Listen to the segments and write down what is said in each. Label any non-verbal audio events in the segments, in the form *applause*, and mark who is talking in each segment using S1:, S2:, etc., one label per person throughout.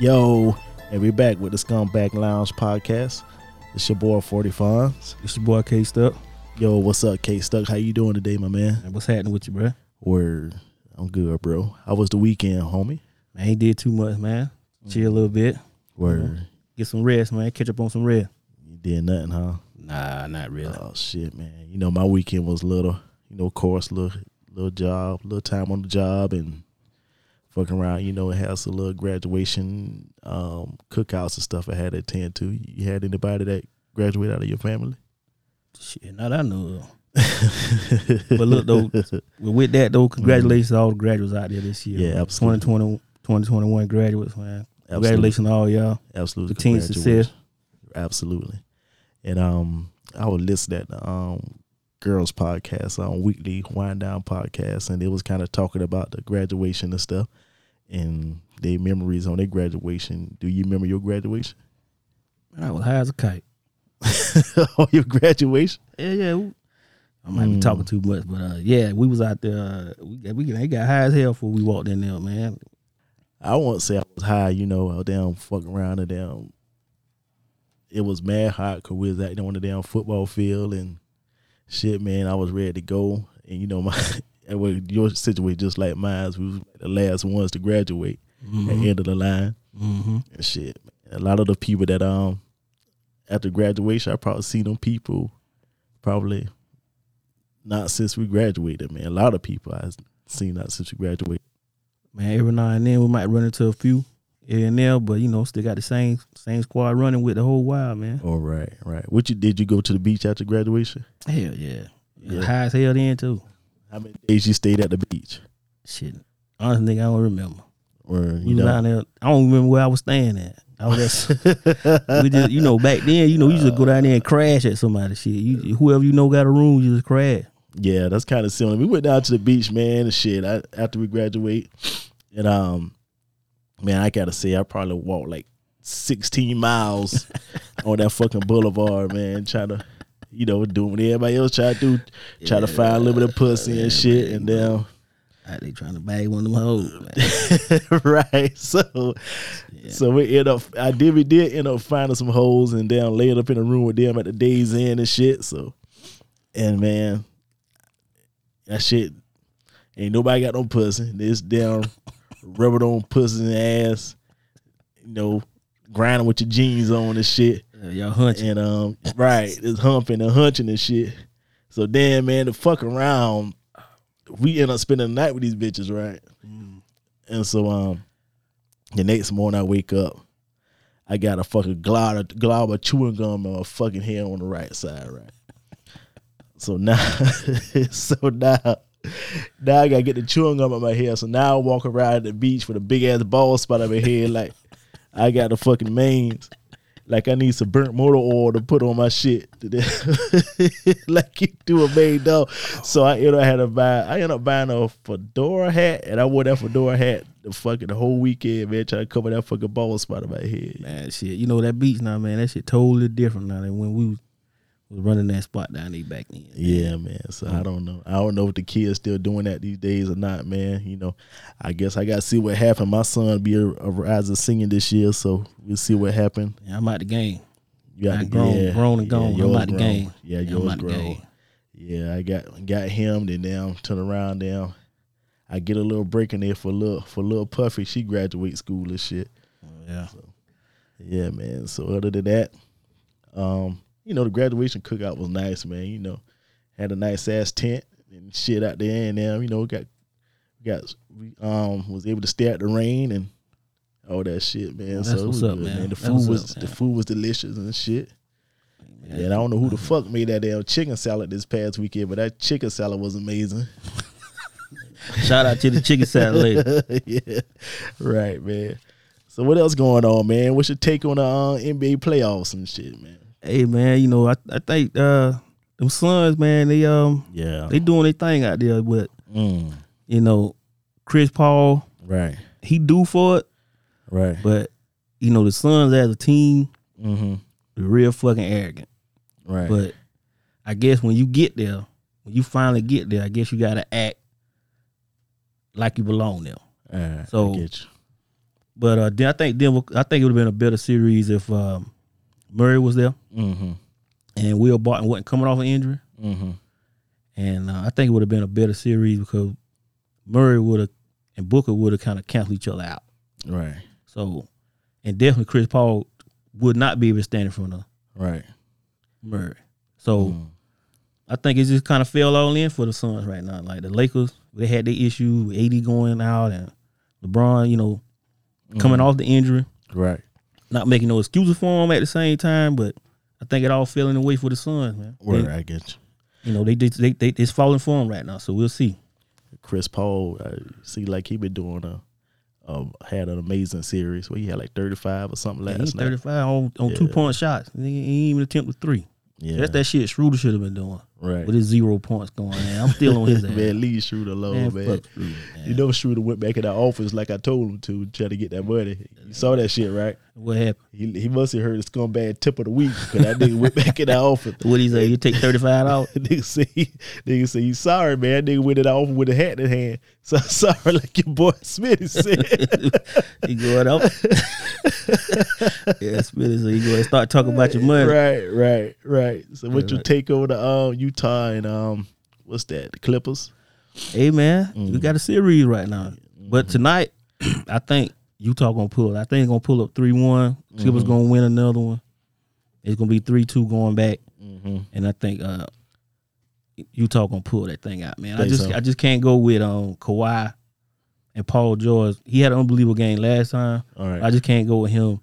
S1: Yo, and we back with the Scumbag Lounge podcast. It's your boy Forty Fonz.
S2: It's your boy K Stuck.
S1: Yo, what's up, K Stuck? How you doing today, my man?
S2: What's happening with you, bro?
S1: Word, I'm good, bro. How was the weekend, homie?
S2: Man, ain't did too much, man. Chill a little bit.
S1: Word,
S2: Get some rest, man. Catch up on some rest.
S1: you did nothing, huh?
S2: Nah, not really.
S1: Oh shit, man. You know my weekend was little. You know, of course, little little job, little time on the job, and fucking around. You know, it has a little graduation um, cookouts and stuff. I had to attend to. You had anybody that graduated out of your family?
S2: Shit, not that I know *laughs* of. But look, though, well, with that, though, congratulations to all the graduates out there this year.
S1: Yeah,
S2: man.
S1: absolutely.
S2: 2020, 2021 graduates, man.
S1: Absolutely.
S2: Congratulations to all y'all.
S1: Absolutely,
S2: Continued success.
S1: Absolutely, and um, I would list that um girls podcast on weekly wind down podcast, and it was kind of talking about the graduation and stuff, and their memories on their graduation. Do you remember your graduation? *laughs*
S2: Man, I was high as a kite.
S1: on your graduation?
S2: Yeah, yeah. Hmm. we- I might be talking too much, but uh, yeah, we was out there. Uh, we got, we got, they got high as hell before we walked in there, man.
S1: I won't say I was high, you know, I was down fucking around and down. It was mad hot because we was out there on the damn football field and shit, man. I was ready to go, and you know my. *laughs* and well, your situation just like mine. We was the last ones to graduate at the end of the line.
S2: Mm-hmm.
S1: And shit, man. a lot of the people that um after graduation, I probably see them people probably not since we graduated, man. A lot of people I seen not since we graduated.
S2: man, every now and then we might run into a few here and there, but you know, still got the same same squad running with the whole while, man.
S1: All Oh, right, right. What you did? You go to the beach after graduation?
S2: Hell yeah.
S1: Yeah.
S2: High as hell then too.
S1: How many days you stayed at the beach?
S2: Shit. Honestly, nigga, I don't remember.
S1: Or
S2: We
S1: you know,
S2: was down there. I don't remember where I was staying at.
S1: *laughs*
S2: I was at, *laughs* we just you know, back then, you know, you just go down there and crash at somebody shit. You whoever you know got a room, you just crash.
S1: yeah, that's kind of similar. We went down to the beach, man, and shit. I, after we graduate, and um, man, I gotta say, I probably walked like sixteen
S2: *laughs*
S1: miles on that fucking boulevard, man, trying to. You know, doing what everybody else try to do, try to find a little bit of pussy and shit, and then
S2: Out they trying to bag one of them hoes. man. *laughs*
S1: *laughs* right. So, so we end up. I did. We did end up finding some holes and down laid up in a room with them at the day's end and shit. So, and man, that shit ain't nobody got no pussy. This damn rubber on pussy and ass. You know, grinding with your jeans on and shit.
S2: Uh, Y'all hunching.
S1: And um, right, it's humping and hunching and shit. So then, man, to fuck around, we end up spending the night with these bitches, right? And so um, the next morning I wake up, I got a fucking glob of, glob of chewing gum in my fucking hair on the right side, right? So now, *laughs* so now, now I gotta get the chewing gum out my hair. So now I walk around the beach with a big ass bald spot on my head, *laughs* like I got the fucking mains. Like I need some burnt motor oil to put on my shit, *laughs* like you do a maid dog. So I ended up had to buy. I ended up buying a fedora hat, and I wore that fedora hat the fucking the whole weekend, man, trying to cover that fucking bald spot on my head.
S2: Man, shit, you know that beach now, man. That shit totally different now than when we was, was running that spot down there back then.
S1: Yeah, man. So
S2: Mm.
S1: I don't know. I don't know if the kids still doing that these days or not, man. You know, I guess I gotta see what happened. My son be a, a rising singer this year, so we'll see what happened.
S2: Yeah, I'm out the game.
S1: You got
S2: I grown- grown and gone. I'm
S1: yours
S2: out the
S1: grown.
S2: game.
S1: Yeah,
S2: Yeah, I'm
S1: yours
S2: out the
S1: grown.
S2: game.
S1: Yeah, I got got him. Then down, turn around, down. I get a little break in there for little for little Puffy. She graduate school and shit.
S2: Yeah.
S1: Yeah, man. So other than that, um, you know, the graduation cookout was nice, man. You know, had a nice ass tent and shit out there, and um, you know, got got we um was able to stay out the rain and all that shit, man.
S2: That's
S1: so it was
S2: what's up,
S1: good,
S2: man.
S1: The
S2: That's
S1: food
S2: what's
S1: was
S2: up,
S1: the
S2: man.
S1: food was delicious and shit. And I don't know who the fuck made that damn chicken salad this past weekend, but that chicken salad was amazing. *laughs*
S2: Shout out to the chicken salad lady.
S1: yeah, right, man. So what else going on, man? What's your take on the uh, NBA playoffs and shit, man?
S2: Hey man, you know, I, I think uh them sons, man, they um
S1: Yeah,
S2: they doing their thing out there, but
S1: Mm,
S2: you know, Chris Paul,
S1: right,
S2: he due for it,
S1: right.
S2: but you know, the sons as a team,
S1: Mm-hmm.
S2: they're real fucking arrogant.
S1: Right.
S2: But I guess when you get there, when you finally get there, I guess you gotta act like you belong there.
S1: All right,
S2: so-
S1: I get you.
S2: But uh, then I think Denver. I think it would have been a better series if um, Murray was there
S1: Mm-hmm.
S2: and Will Barton wasn't coming off an injury.
S1: Mm-hmm.
S2: And uh, I think it would have been a better series because Murray would have and Booker would have kind of canceled each other out.
S1: Right.
S2: So, and definitely Chris Paul would not be able to stand in front of
S1: Right.
S2: Murray. So
S1: Mm.
S2: I think it just kind of fell all in for the Suns right now. Like the Lakers, they had their issue with AD going out and LeBron, you know, coming off the injury,
S1: Right.
S2: not making no excuses for him at the same time. But I think it all fell in the way for the Suns, man. They-
S1: Word. I get you.
S2: you know, they, they they they it's falling for him right now. So we'll see.
S1: Chris Paul. I see, like he been doing a. Um, had an amazing series where he had like 35 or something
S2: Yeah,
S1: last
S2: he's
S1: night.
S2: 35 on, on two
S1: Yeah.
S2: point shots. He ain't even attempted three.
S1: Yeah,
S2: That's that shit Schroeder should have been doing
S1: right.
S2: with his zero points going. Man, I'm still
S1: *laughs*
S2: on his ass.
S1: man, leave Schroeder alone,
S2: Man,
S1: man.
S2: fuck Schroeder, man.
S1: You know Schroeder went back in the office like I told him to, try to get that money. You saw that shit, right?
S2: what happened?
S1: He, he must have heard the scumbag tip of the week because that nigga went back in the office.
S2: What he say? You take 35 out.
S1: *laughs* nigga say, nigga say, he's sorry, man. Nigga went in the office with a hat in hand. *laughs* So sorry, like your boy Smitty said. *laughs*
S2: You going up? yeah, Smitty. So you go and start talking about your money.
S1: right, right, right. So what
S2: Yeah,
S1: you
S2: right.
S1: take over the um, Utah and um, what's that? The Clippers.
S2: Hey man,
S1: Mm.
S2: we got a series right now. But tonight, *clears throat* I think Utah gonna pull. it. I think they gonna pull up three one.
S1: Mm.
S2: Clippers gonna win another one. It's gonna be three two going back,
S1: Mm-hmm.
S2: and I think uh, Utah gonna pull that thing out, man. I
S1: Think
S2: just
S1: so.
S2: I just can't go with um Kawhi and Paul George. He had an unbelievable game last time.
S1: All right.
S2: I just can't go with him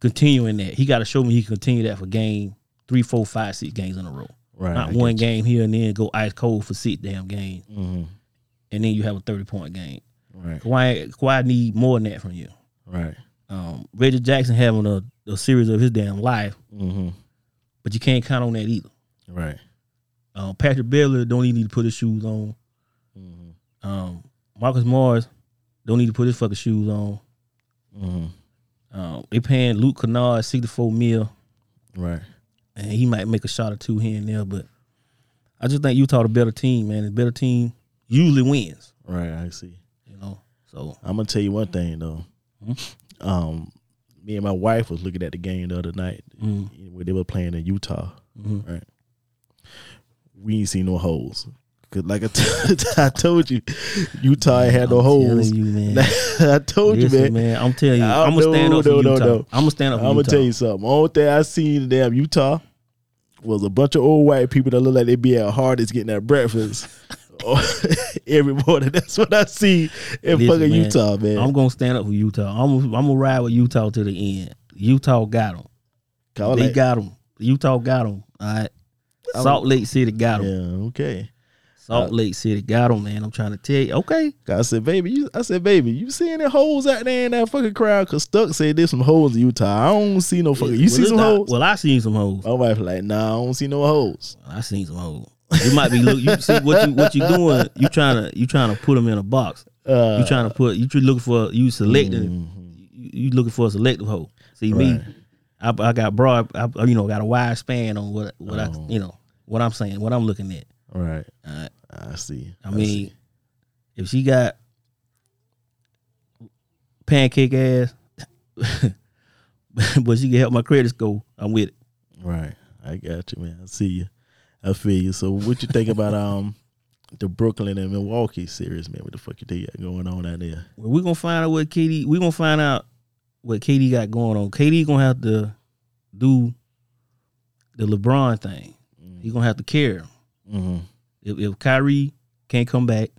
S2: continuing that. He got to show me he can continue that for game three, four, five, six games in a row.
S1: right.
S2: Not one game here and then go ice cold for six damn games,
S1: hmm
S2: and then you have a thirty point game.
S1: Mm-hmm. Right.
S2: Kawhi, Kawhi need more than that from you.
S1: Right.
S2: Um, Reggie Jackson having a, a series of his damn life,
S1: Mm-hmm.
S2: but you can't count on that either.
S1: Right.
S2: Um, Patrick Beverly don't even need to put his shoes on.
S1: Mm-hmm.
S2: Um, Marcus Morris don't need to put his fucking shoes on.
S1: Mm-hmm.
S2: Um, they paying Luke Kennard sixty four mil.
S1: Right.
S2: and he might make a shot or two here and there. But I just think Utah the better team, man. The better team usually wins,
S1: Right. I see.
S2: you know. So
S1: I'm gonna tell you one thing though. Um, me and my wife was looking at the game the other night
S2: mm,
S1: when they were playing in Utah.
S2: mhm.
S1: Right. We ain't seen no holes. Cause like I, *laughs* t- I told you, Utah ain't had no
S2: I'm
S1: holes.
S2: telling you, man.
S1: *laughs* I told you,
S2: Listen,
S1: man.
S2: man, I'm telling you,
S1: I
S2: I'm gonna stand
S1: know,
S2: up for
S1: no, no,
S2: Utah.
S1: no.
S2: I'm gonna stand up.
S1: I'm
S2: For
S1: gonna
S2: Utah.
S1: tell you something. Only thing I seen in damn Utah was a bunch of old white people that look like they be at Hardee's getting that
S2: *laughs*
S1: breakfast Oh, *laughs* every morning. That's what I see in
S2: Listen,
S1: fucking
S2: man,
S1: Utah, man.
S2: I'm gonna stand up for Utah. I'm I'm gonna ride with Utah to the end. Utah got them.
S1: I was
S2: they
S1: like,
S2: got them. Utah got them. All right. Salt Lake City got them.
S1: yeah, okay. Oh.
S2: Salt Lake City got them, man. I'm trying to tell you. Okay.
S1: I said, baby, you. I said, baby, you see any holes out there in that fucking crowd? Cause Stuck said there's some holes in Utah. I don't see no fucking. You
S2: Well,
S1: see
S2: it's
S1: some
S2: not-
S1: holes?
S2: Well, I seen some hoes.
S1: My wife like, nah, I don't see no holes.
S2: I seen some hoes. You might be look. You see what you what you doing? You trying to you trying to put them in a box.
S1: Uh, Mm-hmm.
S2: You trying to put you tr- looking for you selecting. You, you looking for a selective hoe. See me, I, I got broad. I, you know got a wide span on what what
S1: Oh.
S2: I you know what I'm saying what I'm looking at.
S1: all right,
S2: Alright.
S1: I see.
S2: I
S1: see.
S2: mean, if she got pancake ass, *laughs* but she can help my credits go. I'm with it.
S1: right, I got you, man. I see you. I feel you. So, what you think *laughs* about um the Brooklyn and Milwaukee series, man? What the fuck you think got going on out there?
S2: Well, we're gonna find out what Katie. We're gonna find out what Katie got going on. Katie gonna have to do the LeBron thing. He's gonna have to care.
S1: Mm-hmm.
S2: If, if Kyrie can't come back,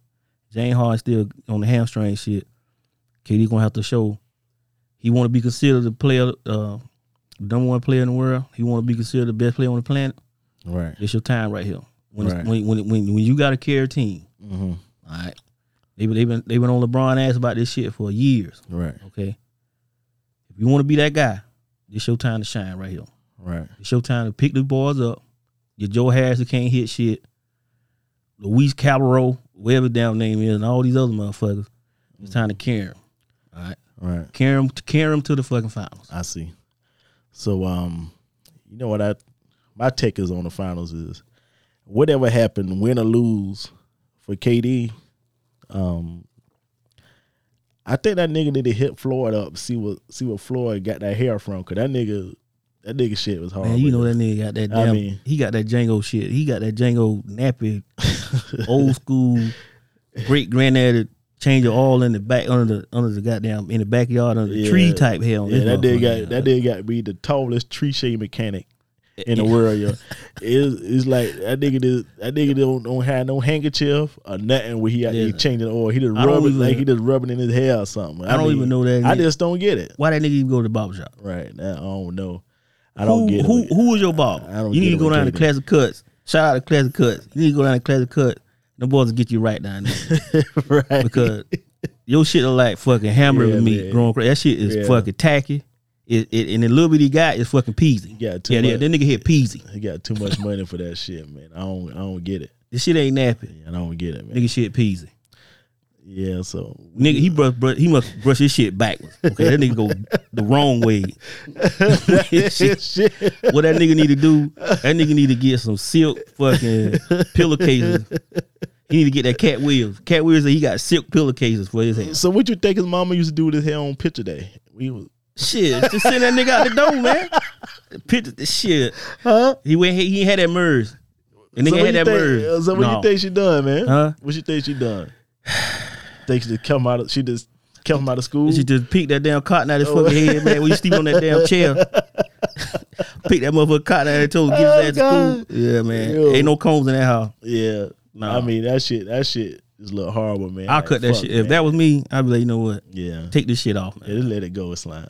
S2: Jane Hart still on the hamstring shit. Katie gonna have to show he want to be considered the player, uh, number one player in the world. He want to be considered the best player on the planet.
S1: Right.
S2: It's your time right here. When it's-
S1: Right.
S2: when when when when you got to care team,
S1: Mm-hmm.
S2: all right. They been they been they been on LeBron ass about this shit for years.
S1: Right.
S2: Okay. If you want to be that guy, it's your time to shine right here.
S1: Right.
S2: It's your time to pick the boys up. Your Joe Harris who can't hit shit. Luis Cabarro, whatever damn name is, and all these other motherfuckers. It's time to carry him. All right.
S1: Right.
S2: Carry him, carry him to the fucking finals.
S1: I see. So um, you know what I my take is on the finals is whatever happened, win or lose for KD, um, I think that nigga need to hit Floyd up see what see what Floyd got that hair from because that nigga that nigga shit was hard.
S2: Man, you know that nigga got that
S1: I
S2: damn.
S1: mean-
S2: he got that Django shit. He got that Django
S1: *laughs*
S2: nappy, old school, great granddaddy change it all in the back under the under the goddamn in the backyard under the
S1: Yeah.
S2: tree type hell.
S1: yeah, that nigga got that nigga got to be the tallest tree shade mechanic in
S2: *laughs*
S1: the world. Yo, it's, it's like that nigga did, that nigga don't, don't have no handkerchief or nothing where he out
S2: Yeah.
S1: there changing oil. He just
S2: I don't
S1: rubbing
S2: even-
S1: like he just rubbing in his hair or something.
S2: I don't
S1: mean,
S2: even know that
S1: I
S2: nigga.
S1: just don't get it.
S2: Why that nigga even go to the barber shop?
S1: Right now, I don't know. I don't
S2: who,
S1: get it.
S2: who who was your barber?
S1: I don't
S2: you
S1: get
S2: need to
S1: it
S2: go
S1: with
S2: down to
S1: KD.
S2: Classic Cuts. Shout out to Classic Cuts. You need to go down to Classic Cuts. The boys will get you right down there.
S1: *laughs* right?
S2: because your shit look like fucking hamburger
S1: Yeah,
S2: meat
S1: man.
S2: growing crazy. That shit is
S1: Yeah.
S2: fucking tacky. It, it and the little bit he got is fucking peasy.
S1: Yeah, too
S2: yeah, yeah.
S1: much.
S2: That nigga hit peasy.
S1: he got too much money for that shit, man. I don't, I don't get it.
S2: This shit ain't nappy.
S1: I don't get it, man.
S2: Nigga shit peasy.
S1: Yeah, so *laughs*
S2: Nigga, he brush, brush he must brush his shit backwards. Okay, that
S1: *laughs*
S2: nigga go the wrong way. *laughs* His shit-
S1: shit.
S2: what that nigga need to do? That nigga need to get some silk fucking pillowcases. He need to get that cat wheels. Cat wheels. He got silk pillowcases for his ass.
S1: So what you think his mama used to do with his hair on picture day? We was
S2: Shit, just send that nigga out the door, man. Picture the shit.
S1: huh?
S2: He went. He had that MERS. The
S1: so
S2: nigga
S1: what
S2: had
S1: you
S2: that
S1: think, Uh,
S2: MERS.
S1: so what
S2: No.
S1: you think she done, man?
S2: Huh?
S1: What you think she done? *sighs* think she just come out of she just come out of school?
S2: She just peeked that damn cotton out of his
S1: Oh.
S2: fucking head, man. When you sleep on that damn chair, *laughs* peeked that motherfucker cotton out of his toe, give
S1: Oh,
S2: his ass to
S1: God.
S2: school. Yeah, man.
S1: Yo.
S2: Ain't no combs in that house.
S1: yeah.
S2: Nah.
S1: I mean that shit that shit is a little horrible, man.
S2: I'll
S1: Like,
S2: cut that
S1: fuck,
S2: shit. If
S1: man.
S2: that was me, I'd be like, you know what?
S1: Yeah.
S2: Take this shit off, man.
S1: Yeah, just let it go, it's slime.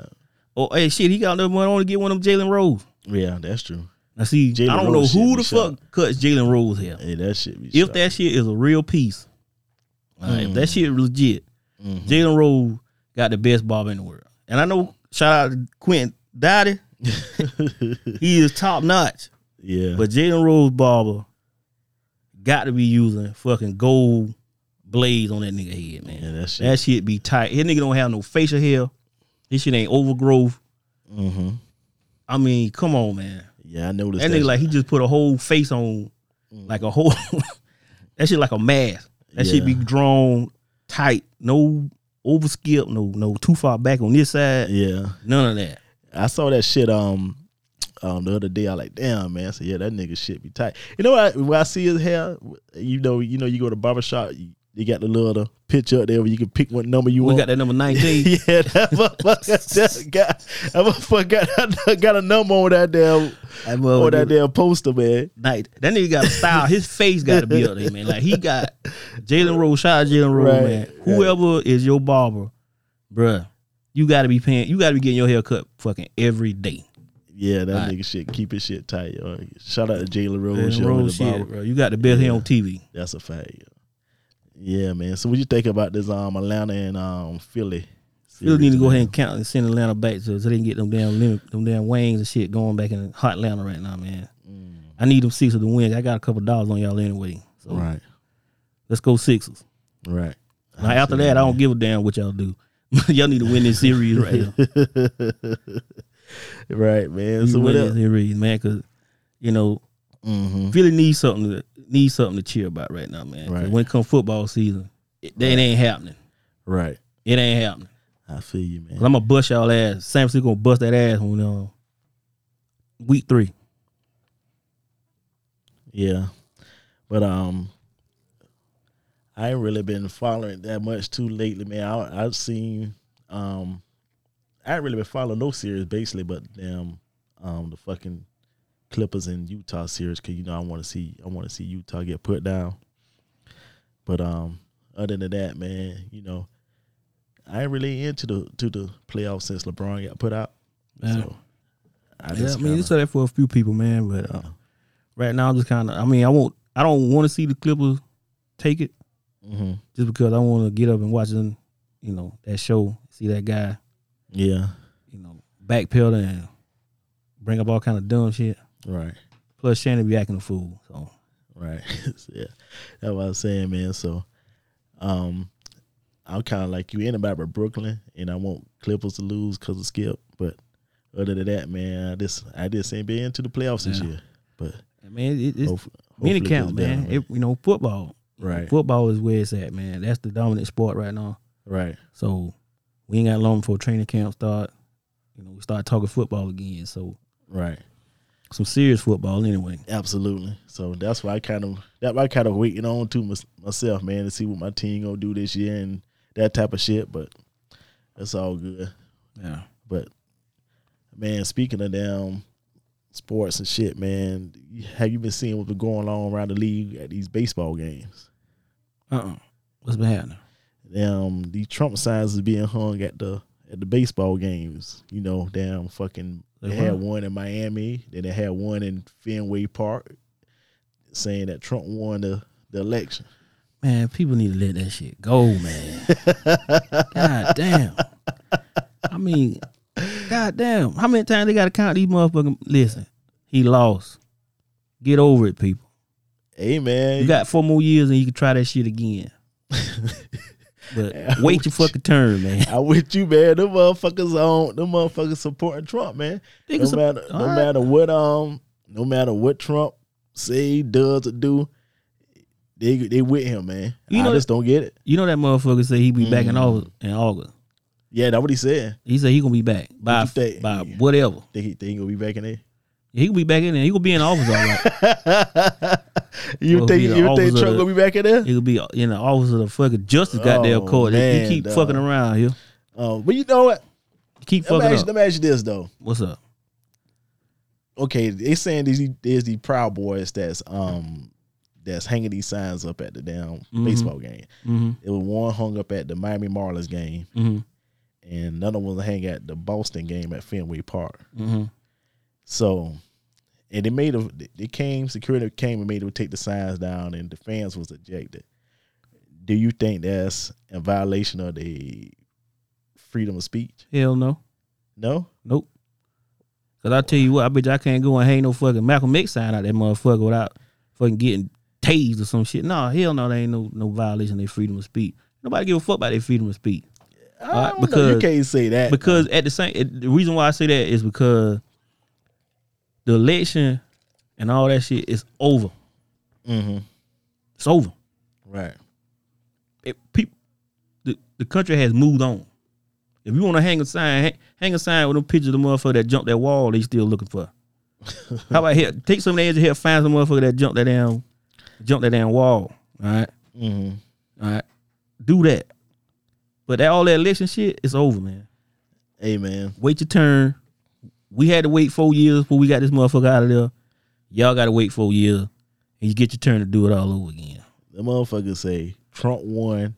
S2: Oh, hey, shit, he got enough money. I want to get one of them Jalen Rose.
S1: Yeah, that's true.
S2: Now, see,
S1: Jalen
S2: I don't
S1: Rose
S2: know
S1: shit
S2: who
S1: be
S2: the fuck cuts Jalen Rose hair.
S1: Hey, that shit be
S2: If
S1: shot.
S2: that shit is a real piece, all right, if that
S1: Mm-hmm.
S2: shit legit, Jalen Rose got the best barber in the world. And I know, shout out to Quentin Daddy, he is top notch.
S1: *laughs* Yeah.
S2: But Jalen Rose barber got to be using fucking gold blades on that nigga head, man.
S1: yeah, that shit.
S2: That shit be tight. His nigga don't have no facial hair. This shit ain't overgrowth.
S1: hmm
S2: I mean, come on, man.
S1: Yeah, I noticed
S2: That nigga like he just put a whole face on,
S1: Mm.
S2: like a whole. *laughs* that shit like a mask. That shit be
S1: Yeah.
S2: drawn tight. No overskip. No no too far back on this side.
S1: Yeah.
S2: None of that.
S1: I saw that shit um um the other day. I like, damn man. So yeah, that nigga shit be tight. You know what? I, when I see his hair, you know, you know, you go to barber shop, you, you got the little picture up there where you can pick what number you
S2: We
S1: want. *laughs*
S2: got that number nineteen.
S1: yeah, that motherfucker *laughs* just got that motherfucker got, *laughs* got a number on that damn
S2: that,
S1: on that
S2: motherfucker-
S1: damn poster, man.
S2: Like, that nigga got style.
S1: *laughs*
S2: His face got to be up there, man. Like he got Jalen Rose. Shout out Jalen Rose,
S1: Right,
S2: man.
S1: right.
S2: Whoever is your barber, bruh, you got to be paying. You got to be getting your hair cut fucking every day.
S1: Yeah, that
S2: Right.
S1: nigga shit. Keep his shit tight, yo. Shout out to Jalen
S2: Jalen
S1: Rose. yo, with
S2: Rose
S1: the
S2: shit,
S1: barber.
S2: bro. You got the best hair on TV.
S1: That's a fact. Yo. Yeah, man. So what you think about this um Atlanta and um Philly?
S2: Still need to go ahead and count and send Atlanta back to so they can get them damn lim- them damn wings and shit going back in hot Atlanta right now, man. I need them Sixers to win. I got a couple dollars on y'all anyway, so
S1: Right.
S2: let's go Sixers.
S1: Right.
S2: Now after that, I don't give a damn what y'all do. *laughs* y'all need to win this series *laughs* right here.
S1: Right, man.
S2: You
S1: So
S2: win
S1: what
S2: this
S1: else?
S2: series, man, because you know
S1: Mm-hmm.
S2: Philly needs something to needs something to cheer about right now, man. 'Cause
S1: Right.
S2: When it come football season, it, that ain't happening.
S1: Right.
S2: It ain't happening.
S1: I feel you, man.
S2: i I'm gonna bust y'all ass. San Francisco gonna bust that ass on uh, week three.
S1: Yeah. But um I ain't really been following that much too lately, man. I I've seen um I ain't really been following no series basically, but damn um the fucking Clippers and Utah series because you know I want to see I want to see Utah get put down. But um other than that, man, you know, I ain't really into the to the playoffs since LeBron got put out.
S2: Yeah.
S1: So I
S2: Yeah, I
S1: just
S2: mean,
S1: kinda-
S2: it's that for a few people, man. But uh, right now, I'm just kind of. I mean, I won't. I don't want to see the Clippers take it
S1: Mhm.
S2: just because I want to get up and watch them. You know that show, see that guy.
S1: yeah,
S2: You know, backpedal and bring up all kind of dumb shit.
S1: right.
S2: Plus, Shannon be acting a fool. So
S1: Right. *laughs* So, yeah. That's what I was saying, man. So um I'm kinda like you anybody but Brooklyn and I want Clippers to lose because of Skip. But other than that, man, I just I just ain't been into the playoffs this
S2: Yeah.
S1: year. But
S2: I mean, it, it's
S1: hopefully,
S2: many
S1: hopefully it
S2: count,
S1: goes down,
S2: man. It, you know, football.
S1: right.
S2: Football is where it's at, man. That's the dominant sport right now.
S1: Right.
S2: So we ain't got long before training camp start. You know, we start talking football again. So
S1: Right.
S2: some serious football anyway.
S1: Absolutely. So that's why I kind of that why I kind of waiting on to mys- myself, man, to see what my team gonna do this year and that type of shit. But that's all good.
S2: Yeah.
S1: But man, speaking of damn sports and shit, man, you- have you been seeing what's been going on around the league at these baseball games?
S2: Uh. uh What's been happening?
S1: Damn, these Trump signs is being hung at the at the baseball games. You know, damn fucking they
S2: They
S1: had
S2: were.
S1: one in Miami, then they had one in Fenway Park saying that Trump won the, the election.
S2: Man, people need to let that shit go, man. *laughs* God damn. I mean, god damn. How many times they gotta count these motherfucking listen, he lost. Get over it, people.
S1: Hey man.
S2: You got four more years and you can try that shit *laughs* again. but wait your fucking turn, man.
S1: I with you, man. Them motherfuckers on them motherfuckers supporting Trump, man.
S2: Niggas
S1: no
S2: sup-
S1: matter no
S2: Alright.
S1: matter what um no matter what Trump say does or do they they with him man.
S2: You
S1: I
S2: know-
S1: just don't get it.
S2: You know that motherfucker say he be back in
S1: Mm.
S2: August. In August,
S1: Yeah, that's what he said.
S2: he said he gonna be back by
S1: What you think?
S2: by whatever.
S1: Think he think he'll be back in there? *laughs*
S2: He gonna be back in there. He gonna be in the office all right.
S1: you
S2: Well,
S1: think
S2: he
S1: you
S2: the
S1: think
S2: officer
S1: Trump
S2: that-
S1: gonna be back in there?
S2: He gonna be in the office of the fucking justice goddamn
S1: Oh,
S2: court. He-
S1: man,
S2: he keep
S1: dog.
S2: fucking around here.
S1: Um, but you know what?
S2: He keep
S1: Let me,
S2: fucking
S1: ask,
S2: up.
S1: let me ask you this though.
S2: What's up?
S1: Okay, they saying these there's the Proud Boys that's um that's hanging these signs up at the damn
S2: Mhm.
S1: baseball game.
S2: Mm-hmm.
S1: It was one hung up at the Miami Marlins game,
S2: Mm-hmm.
S1: and another one hang at the Boston game at Fenway Park.
S2: Mm-hmm.
S1: So, and they made them. They came. Security came and made them take the signs down, and the fans was ejected. Do you think that's a violation of the freedom of speech?
S2: Hell no.
S1: No.
S2: Nope. Cause I tell you what, I bet you I can't go and hang no fucking Malcolm X sign out that motherfucker without fucking getting tased or some shit. No, hell no, there ain't no no violation of their freedom of speech. Nobody give a fuck about their freedom of speech.
S1: I
S2: Uh,
S1: don't know. You
S2: because-
S1: can't say that.
S2: because at the same it- the reason why I say that is because the election and all that shit is over.
S1: hmm
S2: It's over.
S1: Right.
S2: It, peop the, the country has moved on. If you want to hang a sign, hang, hang a sign with them pictures of the motherfucker that jumped that wall they still looking for. How about here? Take some of the edge of here, find some motherfucker that jumped that damn jumped that damn wall. All right.
S1: hmm
S2: All right. Do that. But that all that election shit, it's over, man.
S1: Hey man.
S2: wait your turn. We had to wait four years before we got this motherfucker out of there. Y'all got to wait four years, and you get your turn to do it all over again.
S1: The motherfuckers say Trump won,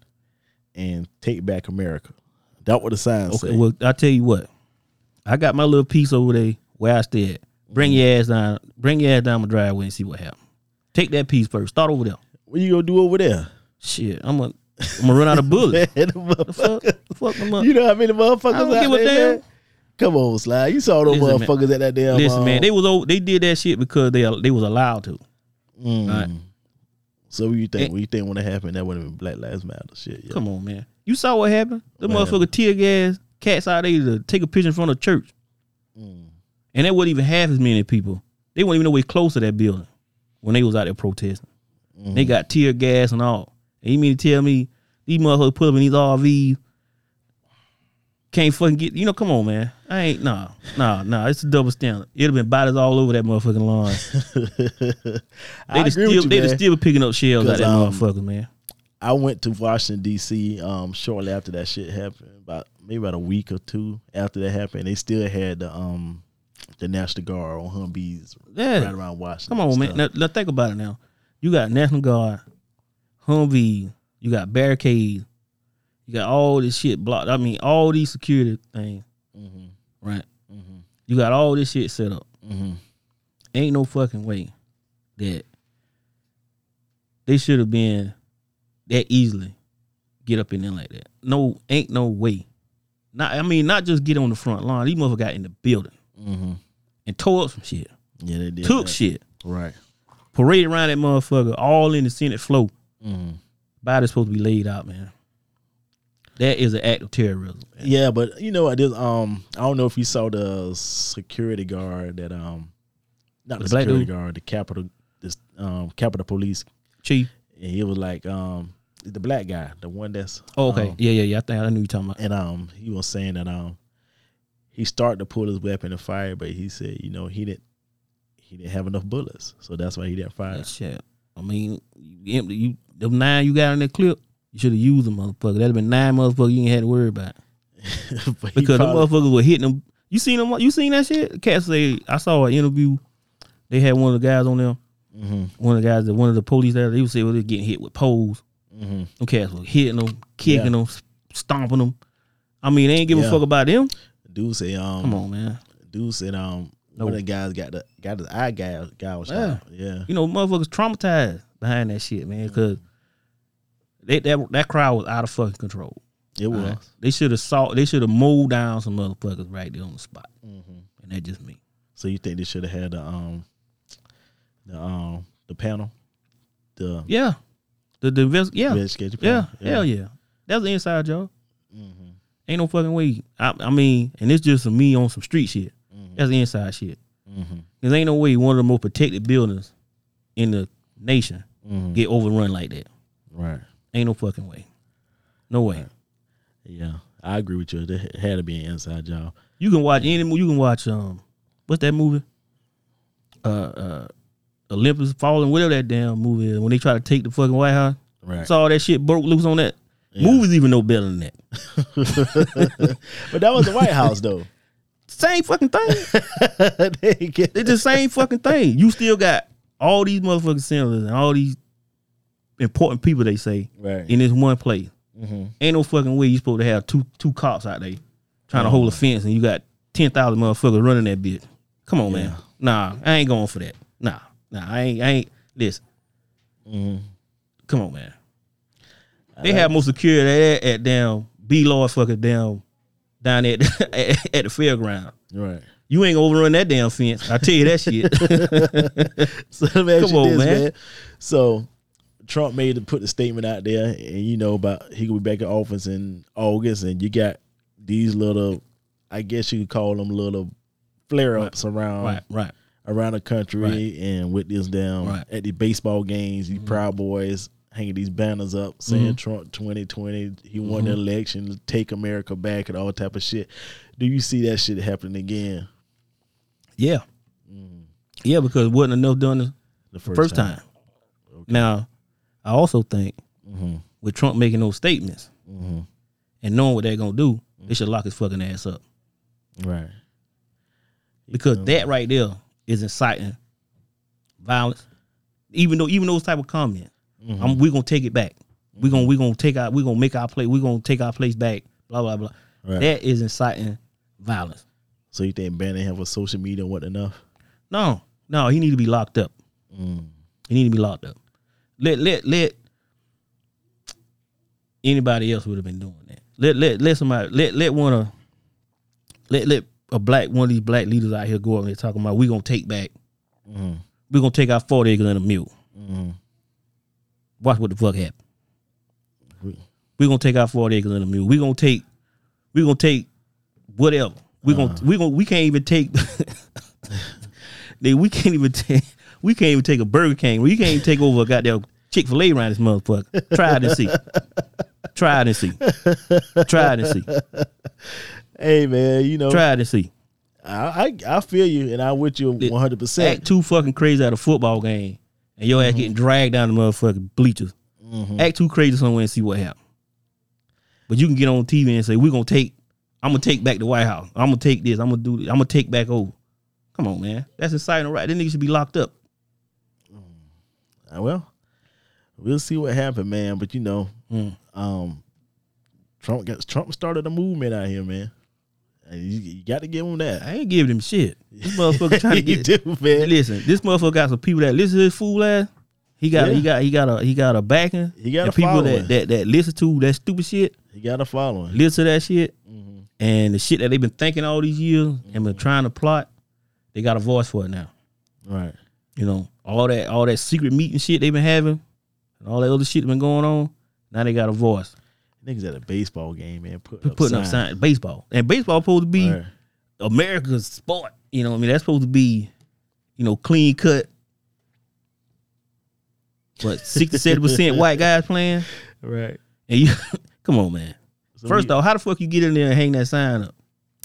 S1: and take back America. That what the signs
S2: Okay,
S1: say.
S2: well I tell you what, I got my little piece over there where I stay at. Bring your ass down, bring your ass down my driveway and see what happens. Take that piece first. Start over there.
S1: what you gonna do over there?
S2: Shit, I'm gonna, I'm gonna run out of
S1: *laughs*
S2: bullets.
S1: Man, the motherfucker-
S2: fuck, fuck them up.
S1: You know how many motherfuckers
S2: I don't
S1: out
S2: give a
S1: there,
S2: damn.
S1: man? Come on, Sly. You saw those
S2: Listen, man.
S1: motherfuckers at that damn.
S2: Listen,
S1: um,
S2: man, they was over, they did that shit because they they was allowed to.
S1: mm.
S2: Right.
S1: So what you think?
S2: Eh.
S1: What you think would have happened? That would have been Black Lives Matter shit. Yeah.
S2: Come on, man. You saw what happened. The
S1: Man.
S2: motherfucker tear gas cats out there to take a picture in front of church.
S1: Mm. *laughs*
S2: And that wasn't even half as many people. They weren't even no way close to that building when they was out there protesting.
S1: Mm-hmm.
S2: They got tear gas and all. And you mean to tell me these motherfuckers put up in these RVs can't fucking get you know, come on man. I ain't nah, nah, nah. It's a double standard. It'd have been bodies all over that motherfucking
S1: *laughs*
S2: lawn.
S1: I
S2: They'd
S1: agree
S2: have still
S1: with you,
S2: they'd
S1: man.
S2: have still been picking up shells out
S1: 'Cause,
S2: that
S1: um,
S2: motherfucker, man.
S1: I went to Washington D.C. Um, shortly after that shit happened, about maybe about a week or two after that happened. They still had the um the National Guard on Humvees
S2: Yeah.
S1: right around Washington.
S2: Come on,
S1: and
S2: man.
S1: stuff.
S2: Now, now think about it now. You got National Guard, Humvee, you got barricades, you got all this shit blocked. I mean, all these security things,
S1: Mhm,
S2: right?
S1: mhm,
S2: You got all this shit set up.
S1: mhm.
S2: Ain't no fucking way that they should have been that easily get up in there like that. No, ain't no way. Not, I mean, not just get on the front line. These motherfuckers got in the building
S1: Mhm.
S2: and tore up some shit,
S1: Yeah, they did.
S2: took
S1: that.
S2: shit,
S1: right.
S2: paraded around that motherfucker, all in the Senate floor.
S1: Mhm.
S2: body's supposed to be laid out, man. That is an act of terrorism. man.
S1: Yeah, but you know, I did. Um, I don't know if you saw the security guard that um, not the,
S2: The black
S1: security
S2: dude?
S1: guard, the Capitol, this um, Capitol Police,
S2: Chief,
S1: and he was like, um, the black guy, the one that's
S2: Oh, okay.
S1: um,
S2: yeah, yeah, yeah. I think I knew you talking about.
S1: and um he was saying that um he started to pull his weapon and fire, but he said you know he didn't he didn't have enough bullets, so that's why he didn't fire.
S2: That shit. I mean, you, empty- you them nine you got in that clip, you should have used them motherfucker. That'd have been nine motherfuckers you ain't had to worry about.
S1: *laughs* But he
S2: Because them
S1: probably-
S2: motherfuckers were hitting them. You seen them? You seen that shit? Cats say I saw an interview. They had one of the guys on there.
S1: Mhm,
S2: One of the guys, that one of the police there. They would say, well, they're getting hit with poles.
S1: mhm.
S2: Them cats were hitting them, kicking
S1: Yeah.
S2: them, stomping them. I mean, they ain't give a
S1: Yeah.
S2: fuck about them.
S1: dude said um
S2: Come on, man.
S1: dude said um
S2: No.
S1: one of the guys got the got his eye guy guy was
S2: Yeah.
S1: shot. yeah
S2: You know, motherfuckers traumatized behind that shit, man. Because they that that crowd was out of fucking control.
S1: it was
S2: Alright. They should have saw. They should have mowed down some motherfuckers right there on the spot,
S1: hmm
S2: and that just me.
S1: so you think they should have had the um the um the panel the
S2: Yeah, the the invest. Yeah, yeah,
S1: investigation
S2: yeah,
S1: panel?
S2: hell yeah. That's the inside job.
S1: Mhm,
S2: Ain't no fucking way. I, I mean, and it's just me on some street shit.
S1: mhm,
S2: That's the inside shit.
S1: mhm,
S2: Cause ain't no way one of the most protected buildings in the nation
S1: mhm.
S2: get overrun like that.
S1: right
S2: Ain't no fucking way. No way.
S1: yeah I agree with you it had to be an inside job
S2: You can watch any movie. You can watch um, what's that movie? Uh, uh, Olympus Falling, whatever that damn movie is. When they try to take the fucking White House,
S1: right
S2: saw all that shit broke loose on that.
S1: Yeah.
S2: Movies even know better than that.
S1: *laughs* but that was the White House
S2: *laughs*
S1: though *laughs*
S2: Same fucking thing.
S1: They ain't get-
S2: It's the same fucking thing. You still got all these motherfucking senators and all these important people they say
S1: right
S2: in this one place.
S1: mm-hmm.
S2: Ain't no fucking way you supposed to have two two cops out there trying to hold a fence and you got ten thousand motherfuckers running that bitch. Come on, man.
S1: Yeah.
S2: Nah, I ain't going for that. Nah, nah, I ain't. I ain't. Listen,
S1: Mm-hmm.
S2: come on, man. They have more security at, at damn B Law fucking down down at, *laughs* at at the fairground.
S1: right
S2: You ain't gonna overrun that damn fence. I tell you that shit.
S1: *laughs* So let me ask
S2: Come
S1: you
S2: on,
S1: this,
S2: man.
S1: man. So Trump made to put the statement out there, and you know about he could be back in office in August, and you got these little, I guess you could call them little flare ups around
S2: right, right.
S1: around the country,
S2: Right.
S1: and with this damn
S2: Right. Mm-hmm.
S1: at the baseball games, these Proud Boys hanging these banners up saying Trump twenty twenty, he won
S2: Mm-hmm.
S1: the election, take America back, and all type of shit. Do you see that shit happening again?
S2: Yeah, yeah. Because it wasn't enough done the
S1: The
S2: first time. Now, I also think with Trump making those statements and knowing what they're gonna do, they should lock his fucking ass up
S1: right?
S2: because that right there is inciting violence. Even though, even those type of comments, I'm, we gonna take it back. We gonna we gonna take our we gonna make our place. We gonna take our place back. Blah blah blah.
S1: Right.
S2: That is inciting violence.
S1: So you think banning him for social media wasn't enough?
S2: No, no, he need to be locked up. He need to be locked up. Let let let anybody else would have been doing that. Let let let somebody let let one of let let a black one of these black leaders out here go up and talking about we gonna take back we gonna take our forty acres and a mule. Watch what the fuck happened.
S1: We-
S2: We gonna take our forty acres and a mule. We gonna take we gonna take whatever. We gonna we gonna we can't even take *laughs* Nigga, we can't even take we can't even take a Burger King. We can't even take over a goddamn Chick Fil A around this motherfucker. Try it and see. Try it and see. Try it and see.
S1: Hey man, you know
S2: Try it and see.
S1: I, I I feel you and I'm with you 100.
S2: Act
S1: percent
S2: too fucking crazy at a football game, and your ass getting dragged down the motherfucking bleachers.
S1: Mm-hmm.
S2: Mm-hmm. Act too crazy somewhere and see what happens. But you can get on TV and say we're gonna take. I'm gonna take back the White House. I'm gonna take this. I'm gonna do. This. I'm gonna take back over. Come on, man. That's inciting right. That nigga should be locked up.
S1: Uh, Well, we'll see what happened, man. But you know,
S2: Mm.
S1: um, Trump got Trump started a movement out here, man. And you, you got to give him
S2: *laughs*
S1: that.
S2: I ain't giving him shit. This motherfucker trying
S1: *laughs*
S2: to
S1: you
S2: get.
S1: do, man.
S2: Listen, this motherfucker got some people that listen to his fool ass. He got
S1: Yeah.
S2: he got he got a he got a backing.
S1: He got
S2: and
S1: a
S2: people
S1: following.
S2: that, that that listen to that stupid shit,
S1: He got a following. Mm-hmm.
S2: listen to that shit, and the shit that they've been thinking all these years and been trying to plot. They got a voice for it now.
S1: Right.
S2: You know all that all that secret meeting shit they've been having, and all that other shit that been going on. Now they got a voice.
S1: Niggas at a baseball game, man. Put
S2: Putting up signs, baseball, and baseball supposed to be
S1: Right.
S2: America's sport. You know, what I mean, that's supposed to be, you know, clean cut. But sixty seven percent white guys playing. Right. And you *laughs* come on, man.
S1: So
S2: First
S1: we-
S2: off, how the fuck you get in there and hang that sign up?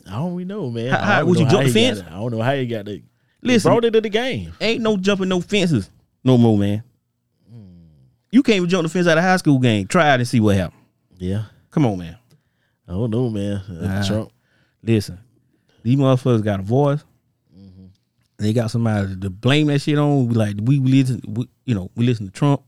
S1: I don't really know, man.
S2: How-
S1: I
S2: how-
S1: don't
S2: would you
S1: know
S2: jump
S1: he
S2: the fence?
S1: got it. I don't know how he got it.
S2: Listen,
S1: brought it to the game.
S2: ain't no jumping no fences no more, man. You can't even jump the fence at a high school game. Try it and see what happens.
S1: Yeah,
S2: Come on, man.
S1: I don't know, man. Uh,
S2: Nah.
S1: Trump.
S2: Listen, these motherfuckers got a voice.
S1: Mm-hmm.
S2: They got somebody to blame that shit on. We like we listen, we, you know, we listen to Trump.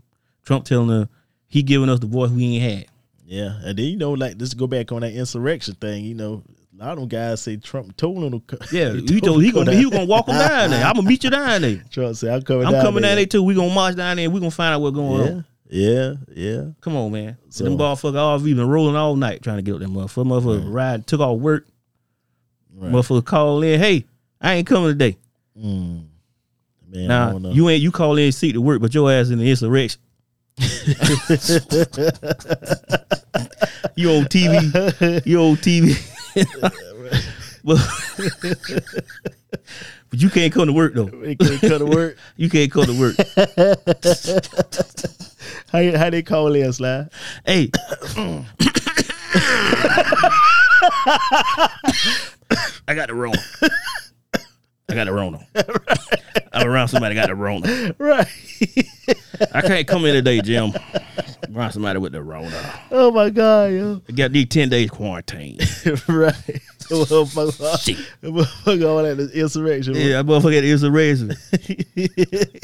S2: Trump telling us he giving us the voice we ain't had.
S1: Yeah, and then you know, like just go back on that insurrection thing. You know, a lot of them guys say Trump told them. *laughs* To, co-
S2: Yeah, you told he gonna
S1: them
S2: he gonna walk them down there. I'm gonna meet you down
S1: *laughs*
S2: there.
S1: Trump said, "I'm coming.
S2: I'm
S1: down
S2: coming down
S1: there.
S2: there too. We gonna march down there. and We gonna find out what's going on.
S1: Yeah, yeah, yeah.
S2: Come on, man.
S1: So-
S2: them motherfuckers all been rolling all night trying to get up that motherfucker. Motherfucker ride took off work.
S1: Right.
S2: Motherfucker call in. Hey, I ain't coming today.
S1: Mm. Man, I
S2: Nah,
S1: don't know.
S2: you ain't you call in seek to work, but your ass in the insurrection. you old TV, you old TV. *laughs* but, but you can't come to work though.
S1: They can't cut a word.
S2: You can't come to work.
S1: *laughs* How how they call in Sly?
S2: hey, *coughs* I got the wrong. I got the wrong.
S1: *laughs*
S2: on. I'm around somebody that got the wrong. on.
S1: *laughs* Right.
S2: I can't come in today, Jim. Around somebody with the wrong. on.
S1: Oh my God, yo.
S2: I got these 10 days quarantine.
S1: *laughs* right. Motherfucker,
S2: Shit.
S1: motherfucker, all that is insurrection.
S2: yeah, that motherfucker had insurrection.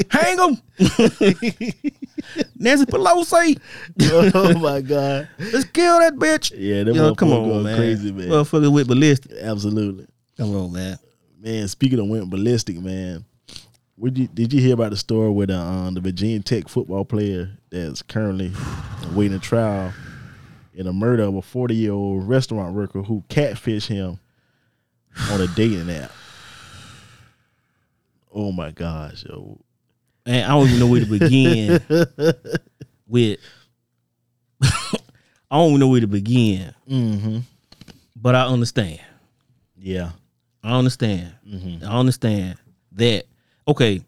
S2: *laughs* Hang him. Nancy Pelosi.
S1: *laughs* oh my
S2: *laughs*
S1: God.
S2: Let's kill that bitch.
S1: Yeah, them
S2: You know, come
S1: motherfuckers
S2: on,
S1: going
S2: man.
S1: crazy, man.
S2: Motherfucker with ballistic.
S1: Absolutely.
S2: Come on, man.
S1: Man, speaking of went ballistic, man. Would you, did you hear about the story with uh, um, the Virginia Tech football player that's currently awaiting trial in a murder of a 40 year old restaurant worker who catfished him on a dating app? Oh my gosh, yo.
S2: Man, I don't even know where to begin with. *laughs* I don't even know where to begin,
S1: Mm-hmm.
S2: but I understand.
S1: Yeah.
S2: I understand. I understand that. Okay,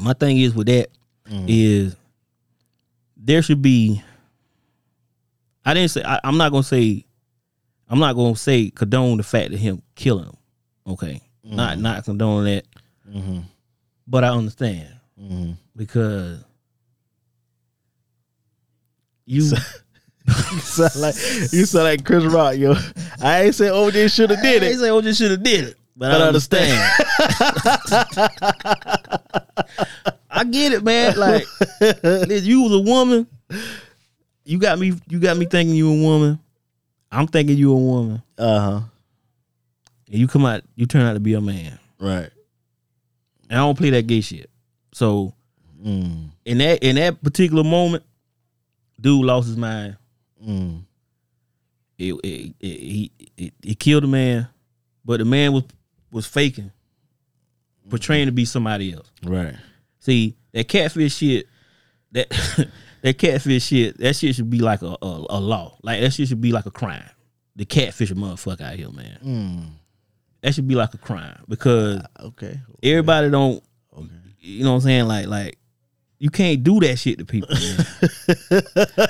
S2: my thing is with that is there should be. I didn't say. I, I'm not gonna say. I'm not gonna say condone the fact of him killing him. Okay, not not condone that,
S1: Mm-hmm.
S2: but I understand
S1: Mm-hmm. *laughs*
S2: because you.
S1: You sound like you sound like Chris Rock, yo. I ain't say OJ should have did
S2: They
S1: it.
S2: say OJ should have did it, but,
S1: But
S2: I
S1: I
S2: understand. *laughs* I get it, man. Like listen, you was a woman. You got me. You got me thinking you a woman. I'm thinking you a woman,
S1: Uh huh.
S2: and you come out. You turn out to be a man.
S1: Right.
S2: And I don't play that gay shit. So
S1: Mm.
S2: in that in that particular moment, dude lost his mind.
S1: Mm.
S2: It it it, he- it, it killed a man, but the man was was faking, portraying to be somebody else.
S1: Right.
S2: See that catfish shit, that *laughs* that catfish shit, that shit should be like a, a a law. Like that shit should be like a crime. The catfish a motherfucker out here, man.
S1: Mm.
S2: That should be like a crime because
S1: Okay.
S2: everybody don't.
S1: Okay.
S2: You know what I'm saying? Like like you can't do that shit to people.
S1: *laughs*
S2: man.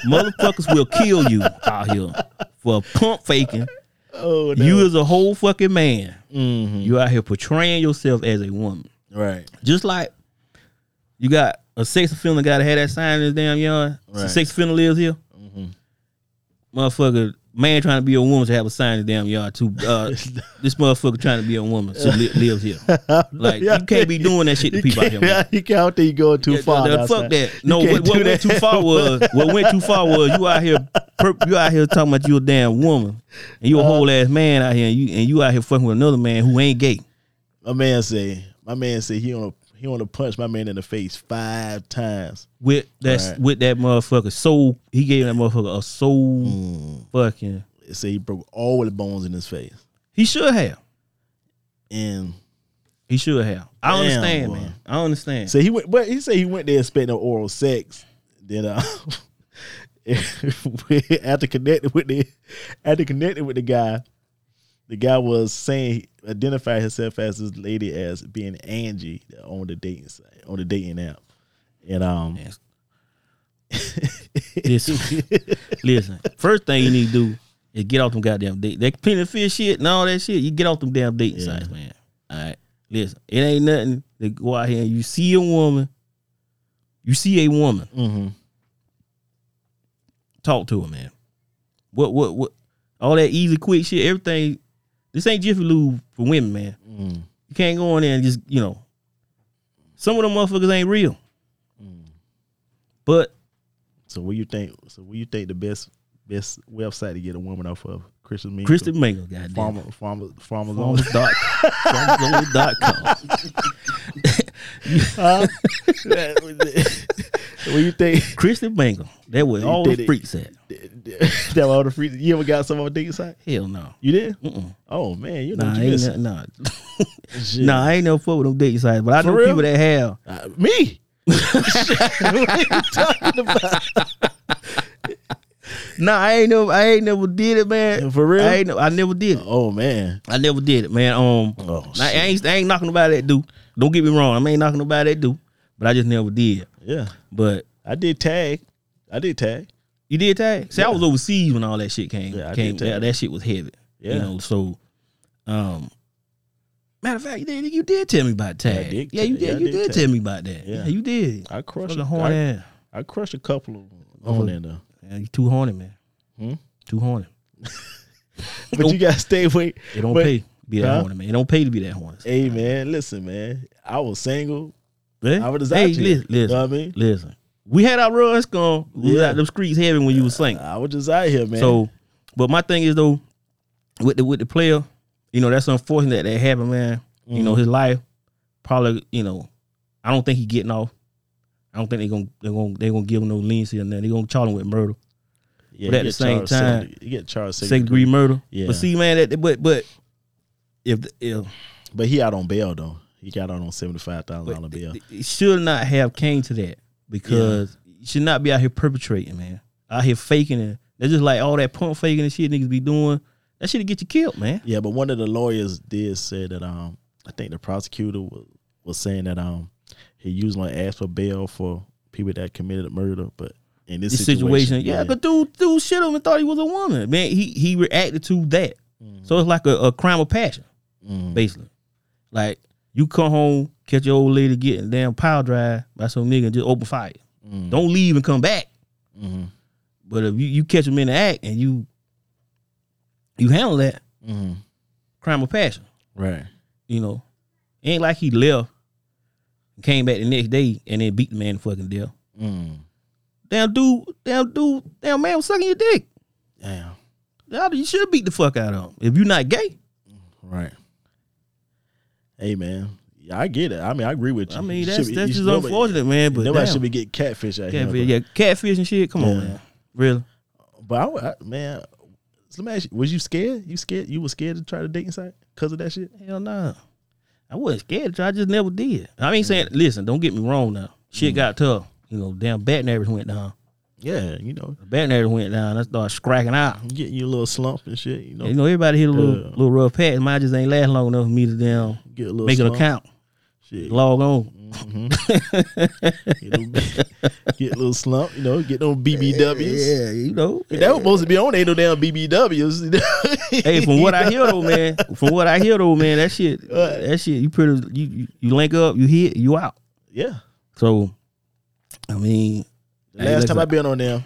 S2: Motherfuckers will kill you out here for pump faking.
S1: Oh
S2: You as a whole fucking man.
S1: mm-hmm.
S2: You out here portraying yourself as a woman. *laughs*
S1: right.
S2: Just like you got a sex offender got to have that sign in his damn yard.
S1: Right. Mm-hmm.
S2: Sex offender lives here. Motherfucker, man trying to be a woman should have a sign in his damn yard too.
S1: *laughs*
S2: Uh, this motherfucker trying to be a woman should li- lives here. Like you can't be doing that shit to
S1: You
S2: people out
S1: can't,
S2: here. Man.
S1: you can't I don't think you going too
S2: Yeah,
S1: far.
S2: the- the
S1: now,
S2: fuck
S1: son.
S2: that.
S1: You
S2: No,
S1: can't
S2: what, what
S1: do
S2: went
S1: that.
S2: too far was what went too far was you out here per, you out here talking about you a damn woman and
S1: Uh-huh.
S2: you a whole ass man out here and you and you out here fucking with another man who ain't gay.
S1: My man say. My man say he want to he want to punch my man in the face five times.
S2: with that
S1: Right.
S2: with that motherfucker soul. He gave that motherfucker a soul
S1: Mm.
S2: Mm-hmm. fucking.
S1: They say he broke all the bones in his face.
S2: He should have.
S1: And
S2: He should have. I
S1: Damn,
S2: understand,
S1: boy.
S2: man. I understand.
S1: so he went. But he said he went there expecting oral sex. Then uh, *laughs* after connecting with the after connecting with the guy, the guy was saying he identified himself as this lady as being Angie on the dating site on the dating app, and um,
S2: Yes.
S1: *laughs*
S2: Listen, listen. First thing you need to do is get off them goddamn date. That pin and fish shit and all that shit. You get off them damn dating
S1: Yeah.
S2: sites, man. All right. Listen, it ain't nothing to go out here and you see a woman. You see a woman.
S1: Mm-hmm.
S2: Talk to her, man. What what what all that easy quick shit, everything. This ain't Jiffy Lube for women, man.
S1: Mm.
S2: You can't go in there and just, you know. Some of them motherfuckers ain't real. But
S1: So what you think? So what you think the best best website to get a woman off of? Christian Mingle.
S2: Kristen Mingle, goddamn.
S1: Farmer Farmer Farmers only.
S2: Farmers dot farmers dot com.
S1: *laughs* Huh? *laughs* what you think? *laughs*
S2: Kristen Bangle. That was
S1: You
S2: all
S1: did
S2: the
S1: it.
S2: freaks at.
S1: that was all the free. You ever got some on dating site?
S2: Hell no.
S1: You did?
S2: Mm-mm.
S1: Oh man, you know
S2: Nah,
S1: what
S2: I
S1: you
S2: ain't
S1: missing.
S2: no, nah. *laughs*
S1: Shit.
S2: nah, I ain't no fuck with them dating sites, but I
S1: For
S2: know
S1: real?
S2: people that have.
S1: Uh, *laughs* me. what are you talking about?
S2: Nah, I ain't never, I ain't never did it, man.
S1: For real?
S2: I ain't, no- I never did it.
S1: *laughs* Oh man.
S2: I never did it, man. Um,
S1: Oh
S2: I, I
S1: shit.
S2: ain't, I ain't knocking nobody that do. Don't get me wrong, I ain't knocking nobody that do, but I just never did.
S1: Yeah,
S2: But
S1: I did tag. I did tag.
S2: you did tag. See, I was overseas when all that shit came.
S1: Yeah, I
S2: came
S1: did tag.
S2: that, that shit was heavy.
S1: Yeah.
S2: You know, so um matter of fact, you did, you did tell me about
S1: Yeah, I
S2: tag. Yeah,
S1: did tell-
S2: you did
S1: yeah, I
S2: you
S1: did
S2: did
S1: tag.
S2: tell me about that. Yeah,
S1: Yeah.
S2: you did.
S1: I crushed.
S2: Fucking
S1: A,
S2: horny
S1: I,
S2: ass.
S1: I crushed a couple of them
S2: Oh.
S1: on there though.
S2: Yeah, you too horny, man.
S1: Hmm?
S2: Too horny. *laughs*
S1: But you gotta stay away.
S2: It don't
S1: But-
S2: pay to be that
S1: Huh?
S2: horny, man. It don't pay to be that horny.
S1: Hey man, listen, man. I was single.
S2: Hey,
S1: I was out
S2: hey
S1: here.
S2: listen,
S1: You know
S2: listen,
S1: what I mean?
S2: listen. We had our runs gone. We was
S1: Yeah.
S2: out them streets heavy when you was saying.
S1: I was just out here, man.
S2: So, but my thing is though, with the with the player, you know that's unfortunate that that happened, man. You
S1: Mm-hmm.
S2: know his life probably, you know, I don't think he getting off. I don't think they gonna they gonna they gonna give him no leniency or nothing. They gonna charge him with murder,
S1: yeah,
S2: but
S1: you
S2: at the
S1: get
S2: same
S1: charged second
S2: time,
S1: degree- you get charged
S2: second,
S1: second degree.
S2: degree murder.
S1: Yeah.
S2: But see, man, that but but if, if
S1: But he out on bail though. He got out on seventy five thousand dollar bail.
S2: it should not have came to that because you should not be out here perpetrating, man. Out here faking it. That's just like all that pump faking and shit niggas be doing. That shit get you killed, man.
S1: Yeah, but one of the lawyers did say that um I think the prosecutor was, was saying that um he usually asked for bail for people that committed murder, but in this,
S2: this situation. Yeah,
S1: but
S2: because dude, dude shit him and thought he was a woman. Man, he he reacted to that. So it's like a, a crime of passion,
S1: Mm,
S2: basically. Like you come home, catch your old lady getting damn power drive by some nigga and just open fire.
S1: mm,
S2: Don't leave and come back.
S1: Mhm.
S2: But if you, you catch him in the act and you you handle that
S1: Mhm.
S2: crime of passion,
S1: right.
S2: you know, it ain't like he left, and came back the next day and then beat the man to fucking death.
S1: Mm.
S2: Damn dude, damn dude, damn man was sucking your dick.
S1: Damn.
S2: Now you should beat the fuck out of him if you're not gay.
S1: Right. Hey man, yeah, I get it. I mean, I agree with you.
S2: I mean,
S1: You
S2: that's
S1: should be-
S2: that's
S1: you
S2: just
S1: should- nobody-
S2: unfortunate, man. But
S1: Nobody
S2: damn.
S1: should be getting catfish out here.
S2: catfish,
S1: but-
S2: yeah, catfish and shit. Come on,
S1: Yeah.
S2: man. Really?
S1: But I, would- I, man, let me ask you: Was you scared? You scared? You were scared to try the dating site because of that shit?
S2: Hell no. I wasn't scared. I just never did. I ain't saying. Listen, don't get me wrong. Now
S1: Mm.
S2: shit got tough. You know, damn batting average went down.
S1: Yeah, you know,
S2: The batting average went down. I started scracking out.
S1: getting you a little slump and shit. You know,
S2: You know, everybody hit a little
S1: Yeah.
S2: little rough patch. Mine just ain't last long enough for me to damn
S1: get a little
S2: make it
S1: slump.
S2: a count.
S1: Shit.
S2: Log on.
S1: Get, a little, *laughs* get a little slump. You know, get
S2: *laughs*
S1: those BBWs.
S2: Yeah, you know.
S1: That was supposed to be on ain't no damn *laughs* BBWs.
S2: hey, from what I hear
S1: *laughs*
S2: though, man, from what I hear though, man, that shit, that shit, you pretty, you you, you link up, you hit, you out.
S1: yeah.
S2: So, I mean,
S1: The
S2: Hey,
S1: last
S2: listen.
S1: time I been on them,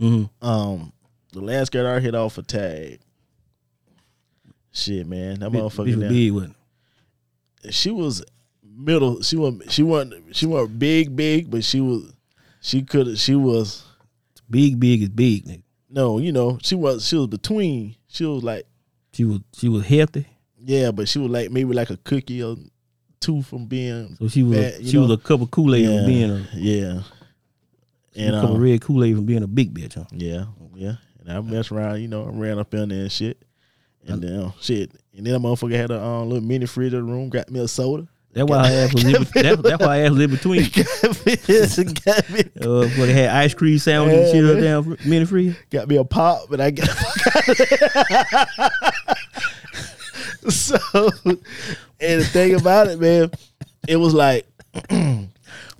S2: mhm.
S1: um, the last girl I hit off a tag. Shit, man, that
S2: Bitch- bitch
S1: motherfucker.
S2: was
S1: down.
S2: big, wasn't it?
S1: she was middle. She was she wasn't she wasn't big big, but she was she could she was
S2: big, big is big, nigga.
S1: no you know she was she was between she was like
S2: She was she was healthy,
S1: yeah, but she was like maybe like a cookie or two from being
S2: so she was
S1: Fat, you
S2: she was
S1: know.
S2: a cup of Kool Aid
S1: yeah
S2: from being a,
S1: yeah
S2: a
S1: and
S2: cup of
S1: um,
S2: red Kool Aid from being a big bitch. Huh?
S1: yeah yeah and I messed around you know I ran up in there and shit and then uh, shit and then that motherfucker had a um, little mini fridge in the room got me a soda
S2: That's why her ass was in, that, that's why her ass was in
S1: *laughs*
S2: between.
S1: got me, *laughs* got me
S2: Uh, where they had ice cream sandwiches and shit up there, fr- mini free.
S1: got me a pop, but I got *laughs* so. And the thing about it, man, it was like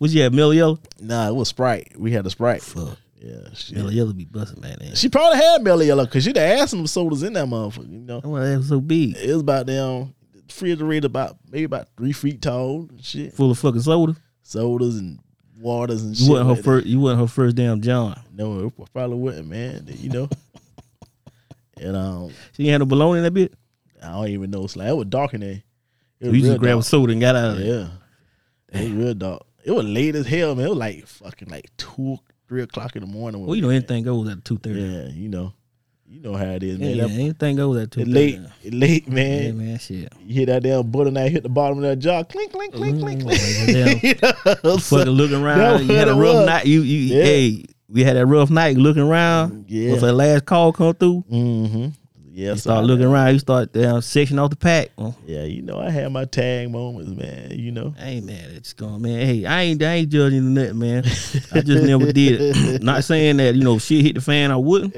S2: Was she at Melio?
S1: nah, it was Sprite. We had a Sprite.
S2: Fuck.
S1: Yeah, shit.
S2: Mellow Yellow be busting back then.
S1: She probably had mellow yellow because she'd have asked them sodas in that motherfucker. You know,
S2: That one that was so big,
S1: it was about damn refrigerator about maybe about three feet tall. and Shit,
S2: full of fucking soda.
S1: sodas and waters and shit.
S2: You wasn't her
S1: like that.
S2: first. You wasn't her first damn John.
S1: No, it probably wouldn't, man. You
S2: *laughs*
S1: know, and um,
S2: She ain't had no bologna in that bit.
S1: I don't even know. It's like it was dark in there. It
S2: So
S1: was
S2: you
S1: real
S2: just grabbed a soda and got out
S1: dark.
S2: of it.
S1: Yeah, it was real dark. It was late as hell, man. It was like fucking like two, three o'clock in the morning. when
S2: Well, you know
S1: we-
S2: anything goes at two thirty. Yeah,
S1: Yeah, you know, you know how it is,
S2: yeah,
S1: man. That-
S2: anything goes at two
S1: it
S2: thirty.
S1: late, it late, man.
S2: Yeah, man, shit.
S1: You hear that damn button that hit the bottom of that jar, clink, clink,
S2: Oh,
S1: clink, clink, clink.
S2: Mm-hmm. Damn.
S1: *laughs* You know, so-
S2: Fucking looking
S1: That
S2: around. You
S1: what
S2: had a
S1: it
S2: rough
S1: was.
S2: night. You, you,
S1: Yeah. Mm,
S2: hey, we had that rough night looking around.
S1: Yeah.
S2: Once that last call come through,
S1: mm-hmm. Yeah,
S2: you
S1: so
S2: start
S1: I-
S2: looking around. You start down section off the pack. Well,
S1: Yeah, you know, I had my tag moments, man. You
S2: *laughs*
S1: know,
S2: I ain't mad at you, going man. Hey, I ain't, I ain't judging the net, man. I just never did
S1: *laughs*
S2: it. Not saying that you know if shit hit the fan, I wouldn't.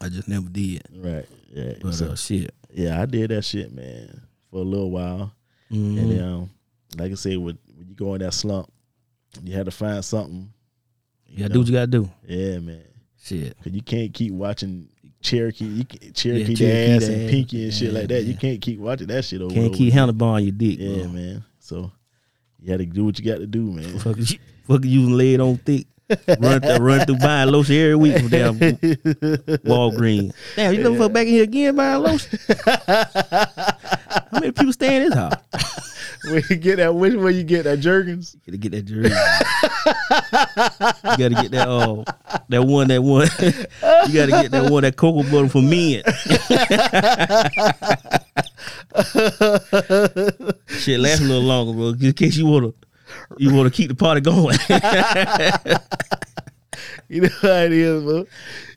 S2: I just never did.
S1: right? Yeah,
S2: But
S1: so,
S2: uh, shit.
S1: yeah, I did that shit, man, for a little while,
S2: Mhm.
S1: and um, like I said, when, when you go in that slump, you had to find something.
S2: You gotta do what you gotta do.
S1: Yeah, man.
S2: Shit.
S1: Cause you can't keep watching Cherokee, you can, Cherokee,
S2: Cherokee
S1: the ass
S2: the
S1: and
S2: ass.
S1: Pinky and shit
S2: Yeah,
S1: like that. You
S2: yeah.
S1: can't keep watching that shit over. and
S2: Can't
S1: over.
S2: keep Oh. handlebar on your dick.
S1: Yeah,
S2: bro.
S1: man. So you had to do what you got to do,
S2: *laughs*
S1: man.
S2: Fucking fucking using lead on thick. Run through run through buying lotion every week from damn Walgreens. Damn, you never fuck back in here again buying lotion. How many people stay in this house?
S1: Where you get that? Which way you get that Jergens?
S2: You gotta get that jersey. you gotta get that uh that one that one *laughs* you gotta get that one that cocoa butter for men. *laughs* Shit lasts a little longer, bro. In case you wanna you wanna keep the
S1: *laughs*
S2: party going. *laughs*
S1: You know how it is, bro.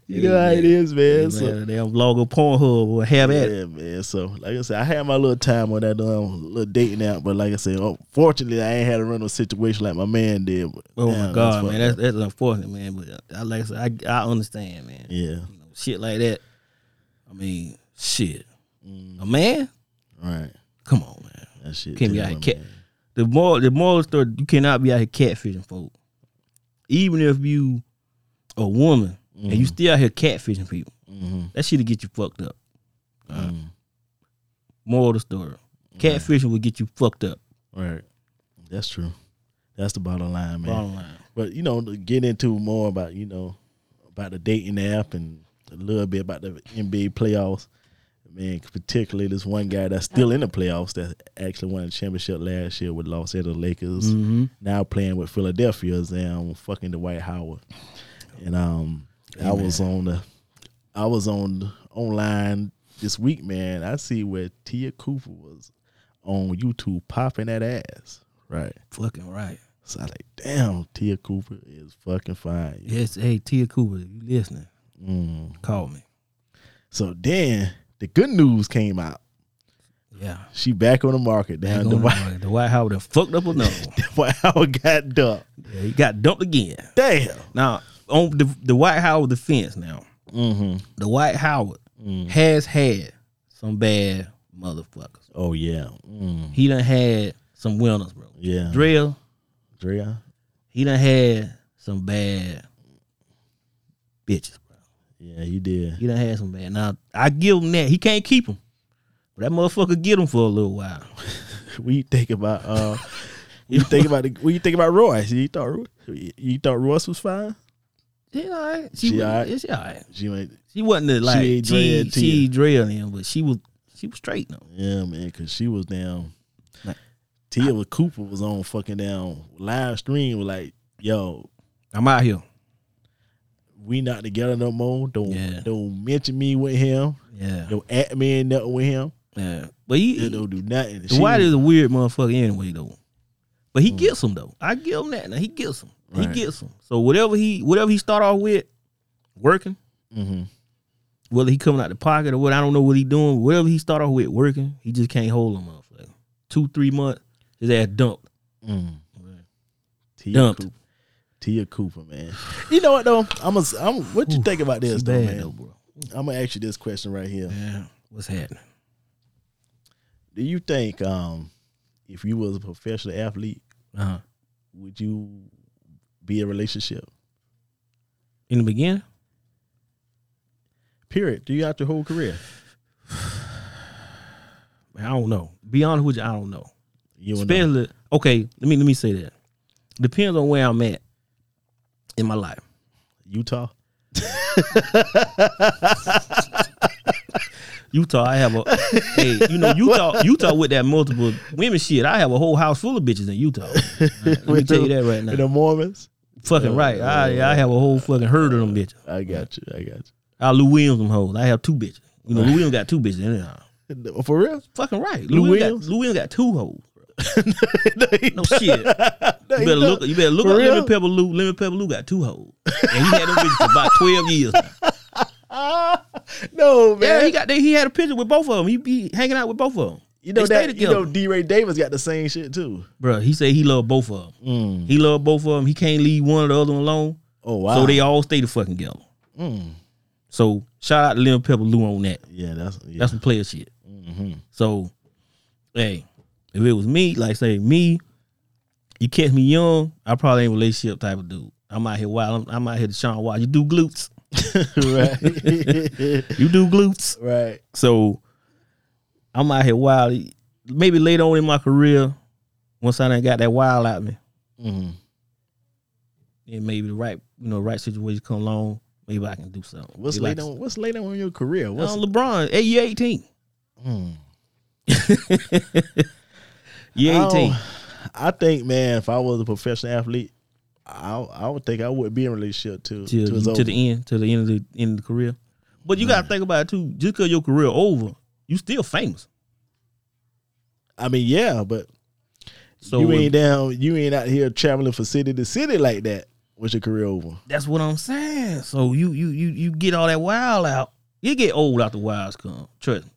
S1: You know
S2: Yeah,
S1: how it
S2: man.
S1: is, man.
S2: Man,
S1: so,
S2: damn vlog of Pornhub or have at it.
S1: yeah, man. So, like I said, I had my little time on that um, little dating out, but like I said, unfortunately, I ain't had a rental situation like my man did. But
S2: Oh
S1: damn,
S2: my
S1: that's
S2: god,
S1: fucked
S2: man, that's
S1: up.
S2: that's unfortunate, man. But uh, I like I said, I, I understand, man.
S1: yeah.
S2: You know, shit like that. I mean, shit. A man,
S1: Mm, Right.
S2: come on, man.
S1: That shit.
S2: Can't be
S1: took
S2: out here
S1: my
S2: cat.
S1: man.
S2: The moral, the moral of the story, you cannot be out here catfishing, folk. Even if you a woman and
S1: Mm-hmm.
S2: you still out here catfishing people,
S1: Mhm.
S2: that shit'll get you fucked up. Uh.
S1: Mm-hmm.
S2: Moral of the story, catfishing will get you fucked up.
S1: Right. That's true. That's the bottom line, man.
S2: Bottom line.
S1: But you know, to get into more about you know about the dating app and a little bit about the NBA playoffs. Man, particularly this one guy that's still in the playoffs that actually won the championship last year with Los Angeles Lakers.
S2: Mm-hmm.
S1: Now playing with Philadelphia is um fucking Dwight Howard. And um, I was on the, I was on the- online this week, man. I see where Tia Cooper was on YouTube popping that ass, right?
S2: Fucking right.
S1: So I like, damn, Tia Cooper is fucking fine.
S2: Yes, hey Tia Cooper, if you listening,
S1: Mm.
S2: call me.
S1: So then the good news came out.
S2: Yeah.
S1: She back on the market.
S2: Back
S1: Damn, the
S2: on the
S1: White
S2: market. The White Howard done fucked up another
S1: *laughs*
S2: one.
S1: Howard got dumped.
S2: Yeah, he got dumped again.
S1: Damn.
S2: Now on the the White Howard defense now.
S1: Mm-hmm. Mm.
S2: The White Howard Mm-hmm. has had some bad motherfuckers.
S1: Oh yeah. Mm.
S2: He done had some winners, bro.
S1: Yeah.
S2: Drill,
S1: Drea.
S2: he done had some bad bitches, bro.
S1: Yeah, you did.
S2: He done had some bad. Now I give him that. He can't keep him. But that motherfucker get him for a little while.
S1: We think about uh you think about the what you think about Royce. You thought Ro- you thought Royce was fine?
S2: She all right. She,
S1: She
S2: was,
S1: all right?
S2: She all right.
S1: She went
S2: She wasn't the, like she
S1: ain't dread
S2: she,
S1: to
S2: she
S1: you.
S2: drilled him, but she was she was straight though.
S1: Yeah, man, cause she was down
S2: Like-
S1: Tia with Cooper was on fucking down live stream with like, yo,
S2: I'm out here.
S1: we not together no more. Don't
S2: Yeah.
S1: don't mention me with him.
S2: Yeah,
S1: Don't at me and nothing with him.
S2: yeah. But he,
S1: They don't do nothing.
S2: the White is a weird motherfucker anyway though. But he gets him though. I give him that. Now he gets him.
S1: Right.
S2: He gets him. So whatever he whatever he start off with, working.
S1: mm-hmm.
S2: Whether he coming out the pocket or what, I don't know what he doing. Whatever he start off with working, he just can't hold him up. Like two three months, his ass dumped.
S1: mm. Tia
S2: Dumped.
S1: Cooper. Tia Cooper, man. You know what though? I'm a, I'm what you
S2: Oof,
S1: think about this
S2: She
S1: though,
S2: bad
S1: man?
S2: though, bro.
S1: I'm gonna ask you this question right here.
S2: Yeah, what's happening?
S1: Do you think um if you was a professional athlete,
S2: Uh huh.
S1: would you be in a relationship?
S2: in the beginning.
S1: Period. Throughout your whole career,
S2: I don't know. Be honest with you, I don't know.
S1: you uh, will know.
S2: Especially okay, let me let me say that. Depends on where I'm at in my life.
S1: Utah.
S2: Utah,
S1: *laughs*
S2: I have a hey, you know, Utah, Utah with that multiple women shit. I have a whole house full of bitches in Utah. Let me tell you that
S1: *laughs*
S2: right
S1: And the
S2: now.
S1: Mormons.
S2: Fucking right. I I have a whole fucking herd of them bitches.
S1: I got you. I got
S2: I Lou Williams them hoes. I have two bitches. You know, Lou Williams got two bitches. Anyhow.
S1: you. For real?
S2: Fucking right.
S1: Lou
S2: Lou,
S1: Williams?
S2: Williams got, Lou Williams got two hoes.
S1: *laughs* no, he
S2: No shit.
S1: don't. No,
S2: You
S1: he
S2: better look.
S1: don't.
S2: You better look
S1: For
S2: up
S1: real?
S2: Lemon Pepper Lou. Lemon Pepper Lou got two hoes, and he had them bitches for about
S1: *laughs*
S2: twelve years.
S1: No man.
S2: Yeah, he got. They, he had a picture with both of them. He be hanging out with both of them.
S1: you know
S2: they stay
S1: that. You
S2: together.
S1: know D. Ray Davis got the same shit too.
S2: Bruh, He said he loved both of them. He loved both of them. He can't leave one or the other alone.
S1: Oh wow.
S2: Mm. So they all stay the fucking together.
S1: Mm.
S2: So shout out to Lemon Pepper Lou on that.
S1: Yeah, that's yeah. Mm-hmm.
S2: That's some player shit. So, hey, if it was me, like say me, you catch me young, I probably ain't relationship type of dude. I'm out here wild. I'm, I'm out here to Sean Wild. You do glutes.
S1: *laughs* right.
S2: You do glutes.
S1: right.
S2: So I'm out here wild. Maybe later on in my career, once I done got that wild out me, Mm-hmm.
S1: Mm.
S2: then maybe the right, you know, right situation come along, maybe I can do something.
S1: What's
S2: Maybe I
S1: later?
S2: can-
S1: On, what's later on in your career? What's
S2: Uh, LeBron, hey, you 18.
S1: Mm.
S2: You
S1: I don't-
S2: 18.
S1: I think, man, if I was a professional athlete, I I would think I would be in a relationship too.
S2: till,
S1: till it's
S2: to
S1: over.
S2: the end, to the end of the end of the career. But you gotta think about it too. Just because your career over, you still famous.
S1: I mean, yeah, but
S2: So
S1: you ain't down. You ain't out here traveling from city to city like that. What's your career
S2: *laughs*
S1: over? *laughs*
S2: that's what I'm saying. So you you you you get all that wild out. You get old after wilds come. Trust me.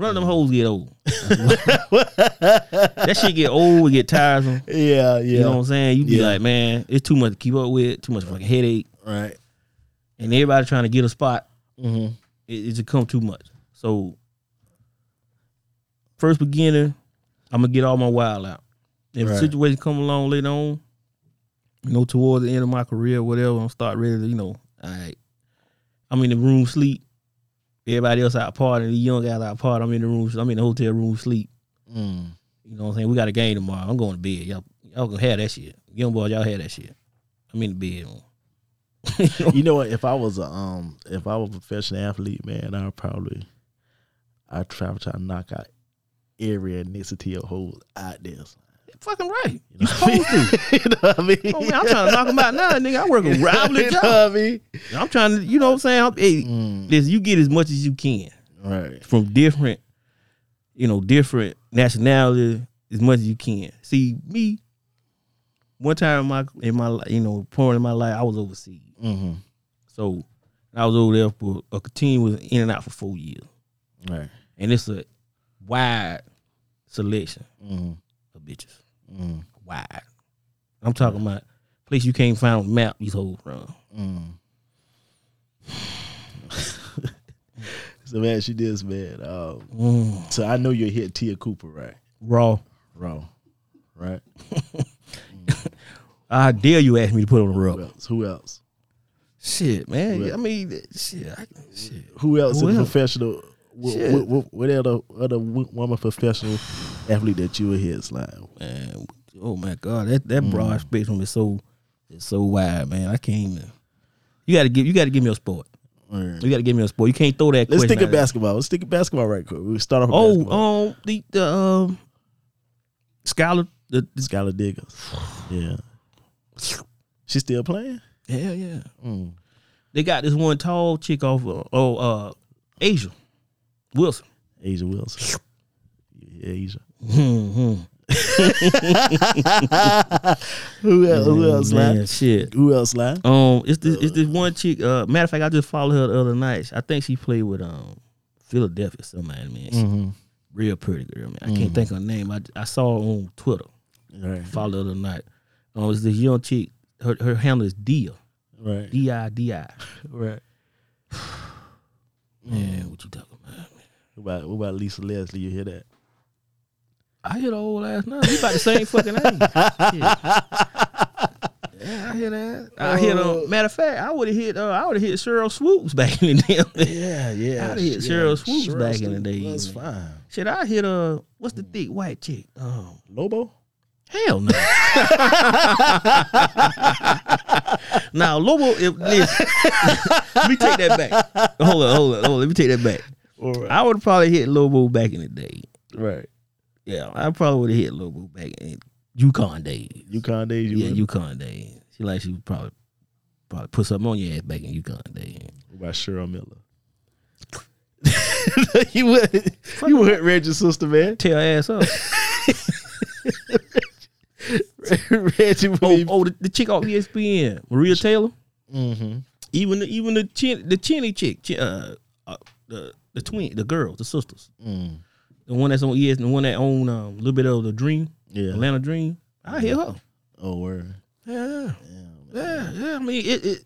S2: Run them hoes get old. that shit get old, it get tiresome.
S1: Yeah, yeah,
S2: You know what I'm saying? You be
S1: Yeah.
S2: like, man, it's too much to keep up with, too much fucking headache,
S1: right.
S2: and everybody trying to get a spot.
S1: Mm-hmm.
S2: it, it just come too much. So first beginner, I'm gonna get all my wild out. If
S1: Right.
S2: the situation come along later on, you know, toward the end of my career, or whatever, I'm start ready to, you know, all right. I'm in the room sleep. Everybody else out partying, the young guys out partying. I'm in the room. I'm in the hotel room sleep.
S1: Mm.
S2: You know what I'm saying? We got a game tomorrow. I'm going to bed. Y'all, y'all gonna have that shit. Young boys, y'all have that shit. I'm in the bed. You know?
S1: You know what? If I was a um, if I was a professional athlete, man, I'd probably, I would try try to knock out every ethnicity of hoes out there.
S2: Fucking right.
S1: *laughs* You know, what I mean? you know what I mean?
S2: Oh man, I'm trying to knock them out now, nigga. I work a
S1: *laughs*
S2: rival
S1: you know
S2: job.
S1: what I mean?
S2: I'm trying to, you know what I'm saying? I'm, hey,
S1: Mm,
S2: listen, you get as much as you can
S1: right.
S2: from different, you know, different nationality as much as you can. See, me, one time in my in my li- you know, point in my life, I was overseas.
S1: hmm
S2: So I was over there for a continuous in and out for four years.
S1: Right.
S2: And it's a wide selection
S1: hmm
S2: of bitches.
S1: mm
S2: Wide. I'm talking about place you can't find on the map these hoes from.
S1: Mm. *sighs* so man, she this man. Um,
S2: Mm,
S1: so I know you hit Tia Cooper, right?
S2: raw.
S1: Wrong, right?
S2: I dare you ask me to put on a
S1: Who
S2: rub.
S1: else? Who else?
S2: Shit, man.
S1: Well-
S2: I mean, that- shit. I, shit.
S1: Who else
S2: Who
S1: is a
S2: else?
S1: professional? What,
S2: Shit.
S1: what, what, what other other wo- woman professional athlete that you would hit slide?
S2: Man, oh my god, that
S1: Mm.
S2: that broad spectrum is so is so wide, man. I can't even. You gotta give. You gotta give me a sport.
S1: Alright.
S2: You gotta give me a sport. You can't throw that.
S1: Let's
S2: question
S1: think of
S2: out there.
S1: basketball. Let's think of basketball right quick. We start off. With basketball.
S2: Oh, um, the the um, scholar. The, the
S1: Skylar Diggers. Yeah, she still playing.
S2: hell yeah.
S1: Mm.
S2: They got this one tall chick off. Uh, oh, uh, Asia Wilson.
S1: Asia Wilson. Yeah, Asia.
S2: Hmm.
S1: Who else? Who else?
S2: Man,
S1: Slide?
S2: shit.
S1: Who else? Slide?
S2: Um, it's this it's this one chick. Uh, matter of fact, I just followed her the other night. I think she played with um Philadelphia somebody man. She
S1: Mm-hmm.
S2: real pretty girl man. I can't think of her name. I, I saw her on Twitter.
S1: Right.
S2: Followed her the other night. Um, it's this young chick. Her her handle is Dia.
S1: Right.
S2: D I D I.
S1: Right.
S2: Man, what you talking about? Man?
S1: What about, what about Lisa Leslie? You hear that?
S2: I hit her old ass now. We about the same fucking age. Shit. Yeah, I hear that. I hit um, matter of fact, I would have hit uh, I would have hit Cheryl Swoops back in the *laughs* day.
S1: Yeah, yeah.
S2: I hit Cheryl Swoops back in the day,
S1: That's
S2: man.
S1: fine.
S2: Shit, I hit uh what's the thick white chick? Um
S1: Lobo?
S2: Hell no. now Lobo, if listen, let me take that back. Hold on, hold on, hold on. Let me take that back.
S1: All right.
S2: I would probably hit Lobo back in the day.
S1: Right.
S2: Yeah, I probably would have hit Lobo back in Yukon days.
S1: Yukon days, you
S2: yeah,
S1: yeah,
S2: Yukon days. She like she would probably probably put something on your ass back in Yukon days.
S1: by Cheryl Miller. *laughs* you would you would read your sister, man. *laughs*
S2: Tear her ass *laughs* up.
S1: Reggie
S2: oh,
S1: Williams.
S2: oh, the, the chick off ESPN, Maria Taylor.
S1: Mm-hmm.
S2: Even the, even the chin, the chinny chick, chi- uh, uh, the the twin, the girls, the sisters.
S1: Mm.
S2: The one that's on ES, the one that own um, a little bit of the Dream,
S1: Yeah.
S2: Atlanta Dream. I hear her.
S1: Oh, word.
S2: Yeah,
S1: Damn.
S2: yeah, yeah. I mean, it. it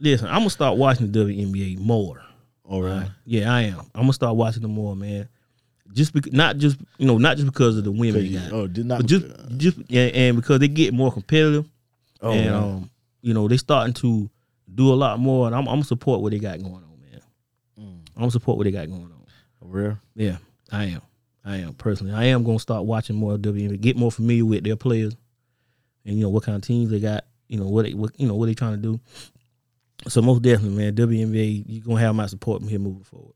S2: Listen, I'm gonna start watching the WNBA more.
S1: All right.
S2: Yeah, I am. I'm gonna start watching them more, man. Just because, not just you know, not just because of the women, they got,
S1: Oh, did
S2: but
S1: not.
S2: just just yeah, and because they get more competitive.
S1: oh,
S2: and
S1: man.
S2: um, you know, they starting to do a lot more. And I'm I'm support what they got going on, man.
S1: Mm.
S2: I'm support what they got going on.
S1: real.
S2: Yeah, I am. I am personally. I am gonna start watching more WNBA, get more familiar with their players, and you know what kind of teams they got. You know what they what you know what they trying to do. So most definitely, man, WNBA, you gonna have my support here moving forward.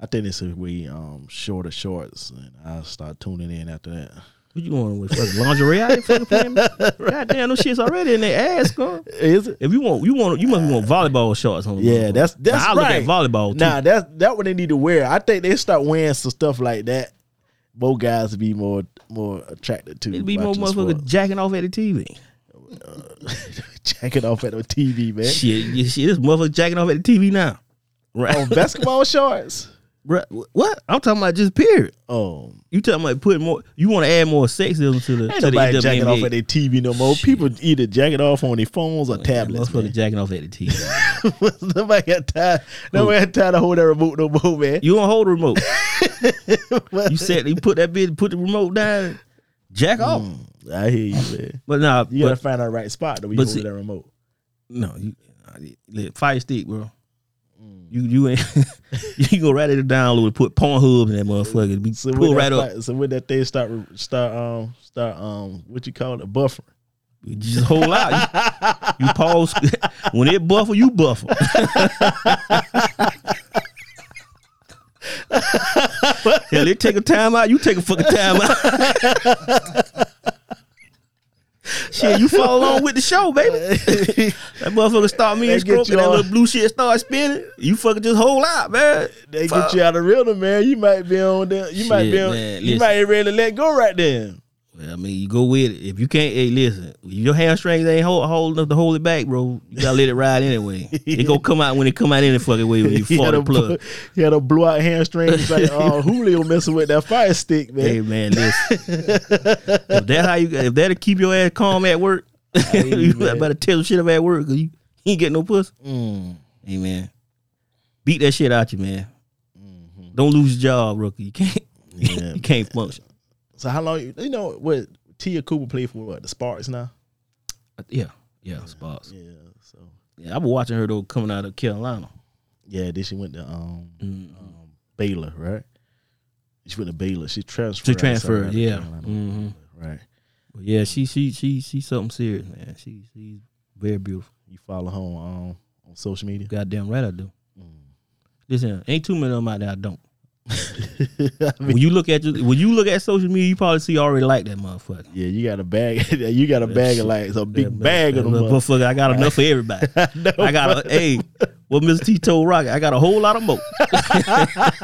S1: I think it's if we um shorter shorts, and I'll start tuning in after that.
S2: What you going with? Fucking lingerie out here
S1: *laughs*
S2: fucking playing? man? Goddamn, those shits already in their ass, girl.
S1: Is it?
S2: If you want, you want, you must want volleyball shorts on.
S1: Yeah, that's that's
S2: Uh-huh. I look
S1: right.
S2: at volleyball too.
S1: Nah, that's that what they need to wear. I think they start wearing some stuff like that. Both guys would be more more attracted to.
S2: It'd be more
S1: watching
S2: motherfucker
S1: sport.
S2: jacking off at the TV.
S1: *laughs* jacking off at the TV, man.
S2: Shit, yeah, shit, this motherfucker jacking off at the TV now. Right.
S1: On basketball shorts.
S2: Bruh, wh- what? I'm talking about just period.
S1: Oh,
S2: You talking about putting more? You want to add more sexism to the
S1: ain't
S2: to the
S1: nobody jacking off
S2: EWNBA.
S1: at their TV no more. People either jacking off on their phones or tablets.
S2: Motherfucker
S1: Man.
S2: jacking off at the
S1: *laughs*
S2: TV.
S1: nobody got time. Nobody got time to hold that remote no more, man.
S2: you don't hold the
S1: *laughs*
S2: remote. you said you put that bitch, put the remote down, jack off.
S1: Mm, I hear you, man.
S2: But nah,
S1: You gotta
S2: but,
S1: find that right spot to be
S2: but
S1: hold
S2: see-
S1: that remote.
S2: no, you nah, fire stick, bro.
S1: Mm.
S2: You you ain't *laughs* you go right at the download, put Pornhub in that motherfucker, be
S1: So
S2: pull
S1: when
S2: right
S1: that
S2: up.
S1: fi- So when that thing start re- start um start um what you call it buffering.
S2: You just hold out. You, you pause *laughs* when it buffer, you buffer. *laughs* Hell, it take a time out. You take a fucking time out. *laughs* shit, you follow along with the show, baby. that motherfucker start me
S1: They
S2: and
S1: get
S2: stroke,
S1: you
S2: and that
S1: all-
S2: little blue shit start spinning. You fucking just hold out, man.
S1: They
S2: Fuck.
S1: get you out of rhythm, man. You might be on the you might be
S2: Shit,
S1: on
S2: man,
S1: you
S2: listen.
S1: might ain't ready to let go right then.
S2: Well, I mean, you go with it. If you can't, hey, listen, if your hamstrings ain't hold, holding up to hold it back, bro. You gotta let it
S1: *laughs*
S2: ride anyway. It gonna come out when it come out any fucking way when you
S1: He had,
S2: fart
S1: a,
S2: the plug.
S1: he had a blow out hamstring. It's like oh
S2: *laughs*
S1: Julio messing with that fire stick, man.
S2: Hey man,
S1: *laughs*
S2: listen. if that how you, if that'll keep your ass calm at work, *laughs*
S1: hear you,
S2: you
S1: man.
S2: better tell some shit up at work 'cause you ain't getting no puss.
S1: Mm.
S2: Hey man, beat that shit out you, man. Don't lose your job, rookie. You can't,
S1: Mm-hmm.
S2: *laughs*
S1: Yeah.
S2: you can't function.
S1: So how long you you know what Tia Cooper played for what, the Sparks now?
S2: Yeah, yeah, spots.
S1: Yeah, so
S2: Yeah, I was watching her though coming out of Carolina.
S1: yeah, then she went to um, um Baylor, right? She went to Baylor. She transferred.
S2: She
S1: out of
S2: transferred,
S1: South
S2: yeah.
S1: Carolina.
S2: Mhm.
S1: Right.
S2: But yeah, she she she she's something serious, man. She she's very beautiful.
S1: You follow her on um, on social media. *laughs*
S2: Goddamn right I do.
S1: Mm.
S2: Listen, ain't too many of them out there I don't.
S1: I mean,
S2: When you look at your, when you look at social media, you probably see I already like that motherfucker.
S1: yeah, you got a bag. *laughs* you got a bag of like it's a big
S2: That
S1: bag of
S2: mother-
S1: them. uh,
S2: that
S1: up.
S2: motherfucker. I got enough
S1: *laughs*
S2: for everybody.
S1: know,
S2: I got a hey, what Mr. T told Rocket, I got a whole lot of more. *laughs*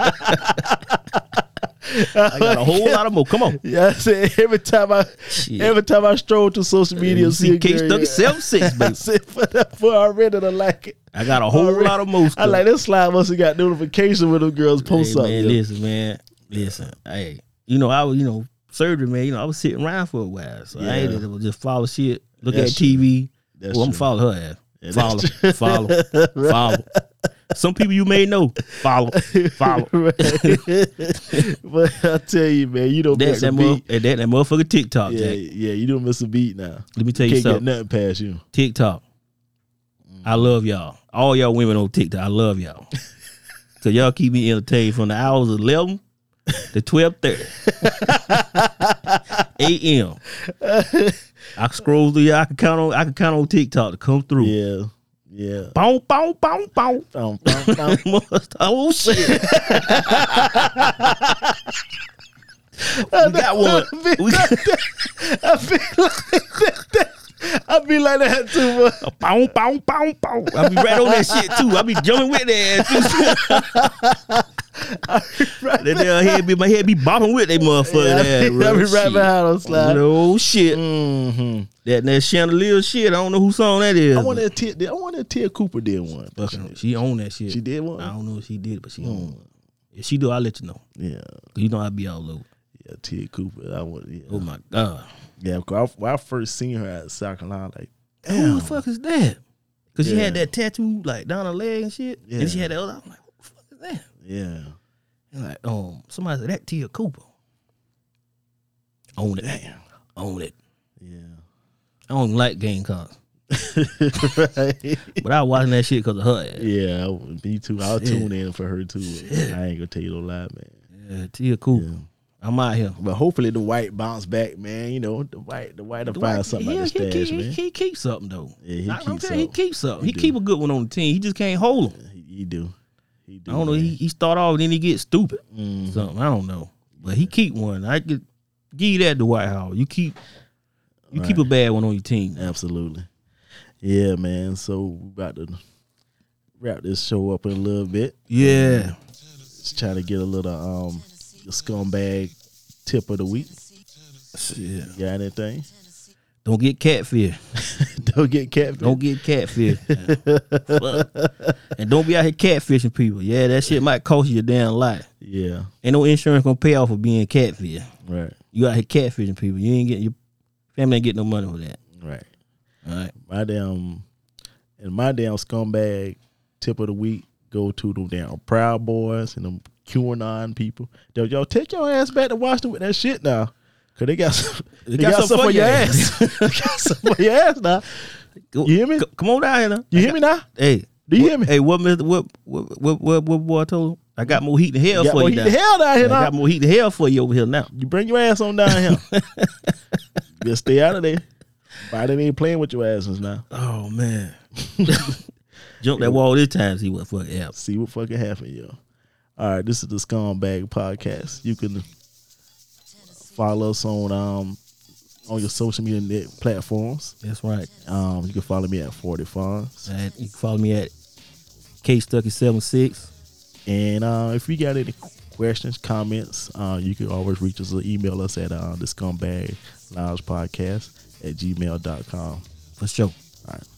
S2: I got
S1: *laughs*
S2: a whole lot of more. Come on.
S1: Yeah, I said every time I
S2: Shit.
S1: every time I stroll to social media,
S2: You
S1: and see
S2: see
S1: a
S2: Case
S1: girl,
S2: Stuck seven six,
S1: I
S2: baby.
S1: said for that for I read it, I like it.
S2: I got a whole
S1: *laughs* Already-
S2: lot of more.
S1: I
S2: stuff.
S1: like this slide must have got notification when them girls post
S2: Hey,
S1: something.
S2: man,
S1: yeah.
S2: listen, man, listen. Hey, you know I was, you know, surgery, man. You know I was sitting around for a while, so I
S1: Yeah.
S2: ain't able to just follow shit, look
S1: That's
S2: at
S1: true.
S2: TV.
S1: That's
S2: well, I'm
S1: true.
S2: follow her ass.
S1: Yeah,
S2: follow,
S1: that's true. *laughs*
S2: follow, follow. Some people you may know, follow,
S1: *laughs*
S2: follow.
S1: Right. but I tell you, man, you don't
S2: That
S1: miss a
S2: that,
S1: beat.
S2: mother, that that motherfucker TikTok.
S1: yeah,
S2: Jack.
S1: yeah, you don't miss a beat now.
S2: Let me tell you
S1: Can't get
S2: something.
S1: nothing past you.
S2: TikTok. I love y'all. All y'all women on TikTok. I love *laughs* y'all. so y'all keep me entertained from the hours of eleven to twelve *laughs* thirty. AM. I scroll through y'all. I can count on I can count on TikTok to come through.
S1: Yeah, yeah.
S2: Bow, bow, bow, *laughs* bow.
S1: Bum, bum, bum.
S2: *laughs* oh shit. we got one. *laughs* We got
S1: *laughs* I be like that too much.
S2: bow, bow, bow, bow. I be right on that shit too. I be jumping with that ass too.
S1: *laughs* Right
S2: That damn head be my head be bopping with they motherfucker.
S1: yeah, I be, I be right behind on slide.
S2: No shit.
S1: Mm-hmm.
S2: That that chandelier shit. I don't know who song that is.
S1: I want to Tia. I want to Tia Cooper did one.
S2: but fucking- she own that shit.
S1: She Mm. did one.
S2: I don't know if she did, it, but she own one. If she do, I'll let you know.
S1: Yeah,
S2: 'Cause You know I'd be all over.
S1: yeah. Tia Cooper. I want. Yeah,
S2: Oh my god.
S1: yeah. 'cause I, when I first seen her at South Carolina, like,
S2: Who
S1: damn,
S2: the fuck is that? Cause she had
S1: Yeah.
S2: that tattoo like down her leg and shit.
S1: Yeah.
S2: And she had that other. I'm like, who the fuck is that?
S1: yeah.
S2: And like, um, somebody said that Tia Cooper. Own it. Own it.
S1: Yeah. *laughs*
S2: I don't even like game cons.
S1: right.
S2: But I watching that shit because of her. ass.
S1: Yeah, I would- me too. I'll
S2: Shit.
S1: tune in for her too. I ain't gonna tell you no lie, man.
S2: Yeah, Tia Cooper. I'm out here.
S1: But hopefully the white bounce back, man. You know, the white the white will find something
S2: he,
S1: like
S2: he,
S1: the stash,
S2: he,
S1: man.
S2: he keeps something though.
S1: Yeah, he
S2: I- I'm
S1: keeps something.
S2: saying He keeps something.
S1: He
S2: He,
S1: do.
S2: keep a good one on the team. He just can't hold him.
S1: He, he do. He do.
S2: I don't know.
S1: man.
S2: He, he start off and then he get stupid.
S1: Mm,
S2: Something I don't know. But he keep one. I could give you that Dwight Howard. You keep you keep a bad one on your team.
S1: absolutely. Yeah, man. So we about to wrap this show up in a little bit.
S2: Yeah.
S1: Just trying to get a little um scumbag tip of the week. You
S2: Yeah.
S1: got anything? *laughs*
S2: Don't get catfish.
S1: don't get catfish.
S2: Don't get catfish. Fuck. and don't be out here catfishing people. Yeah, that shit might cost you a damn life.
S1: Yeah.
S2: Ain't no insurance gonna pay off for being catfish.
S1: Right.
S2: You out here catfishing people. You ain't getting your family ain't getting no money for that.
S1: Right.
S2: All right.
S1: my damn and my damn scumbag tip of the week go to them damn Proud Boys and them QAnon people. Yo, yo, take your ass back to Washington with that shit now. Cause they got some, they, got, some for your ass. *laughs* they got some for your ass now.
S2: *laughs* Go-
S1: You hear me?
S2: c- Come on down here now.
S1: You hear me now?
S2: Hey.
S1: Do you
S2: what-
S1: hear me?
S2: Hey, what Mr. What what what what, what boy I told him? I got more heat than hell
S1: You got
S2: for
S1: more
S2: you.
S1: heat
S2: now.
S1: the hell down here
S2: I
S1: now.
S2: got more heat than hell for you over here now.
S1: You bring your ass on down here. Just stay out of there. Why they ain't playing with your asses now?
S2: Oh man. *laughs* Jump that wall this time, see what fuck happens.
S1: See what fucking happened, yo. All right, this is the Scumbag Podcast. You can follow us on um on your social media net platforms.
S2: That's right.
S1: Um, you can follow me at Forty Fonz,
S2: And you can follow me at K Stucky seven six.
S1: and uh, if you got any questions, comments, uh, you can always reach us or email us at uh, the Scumbag Lounge Podcast at gmail.com.
S2: For sure.
S1: All right.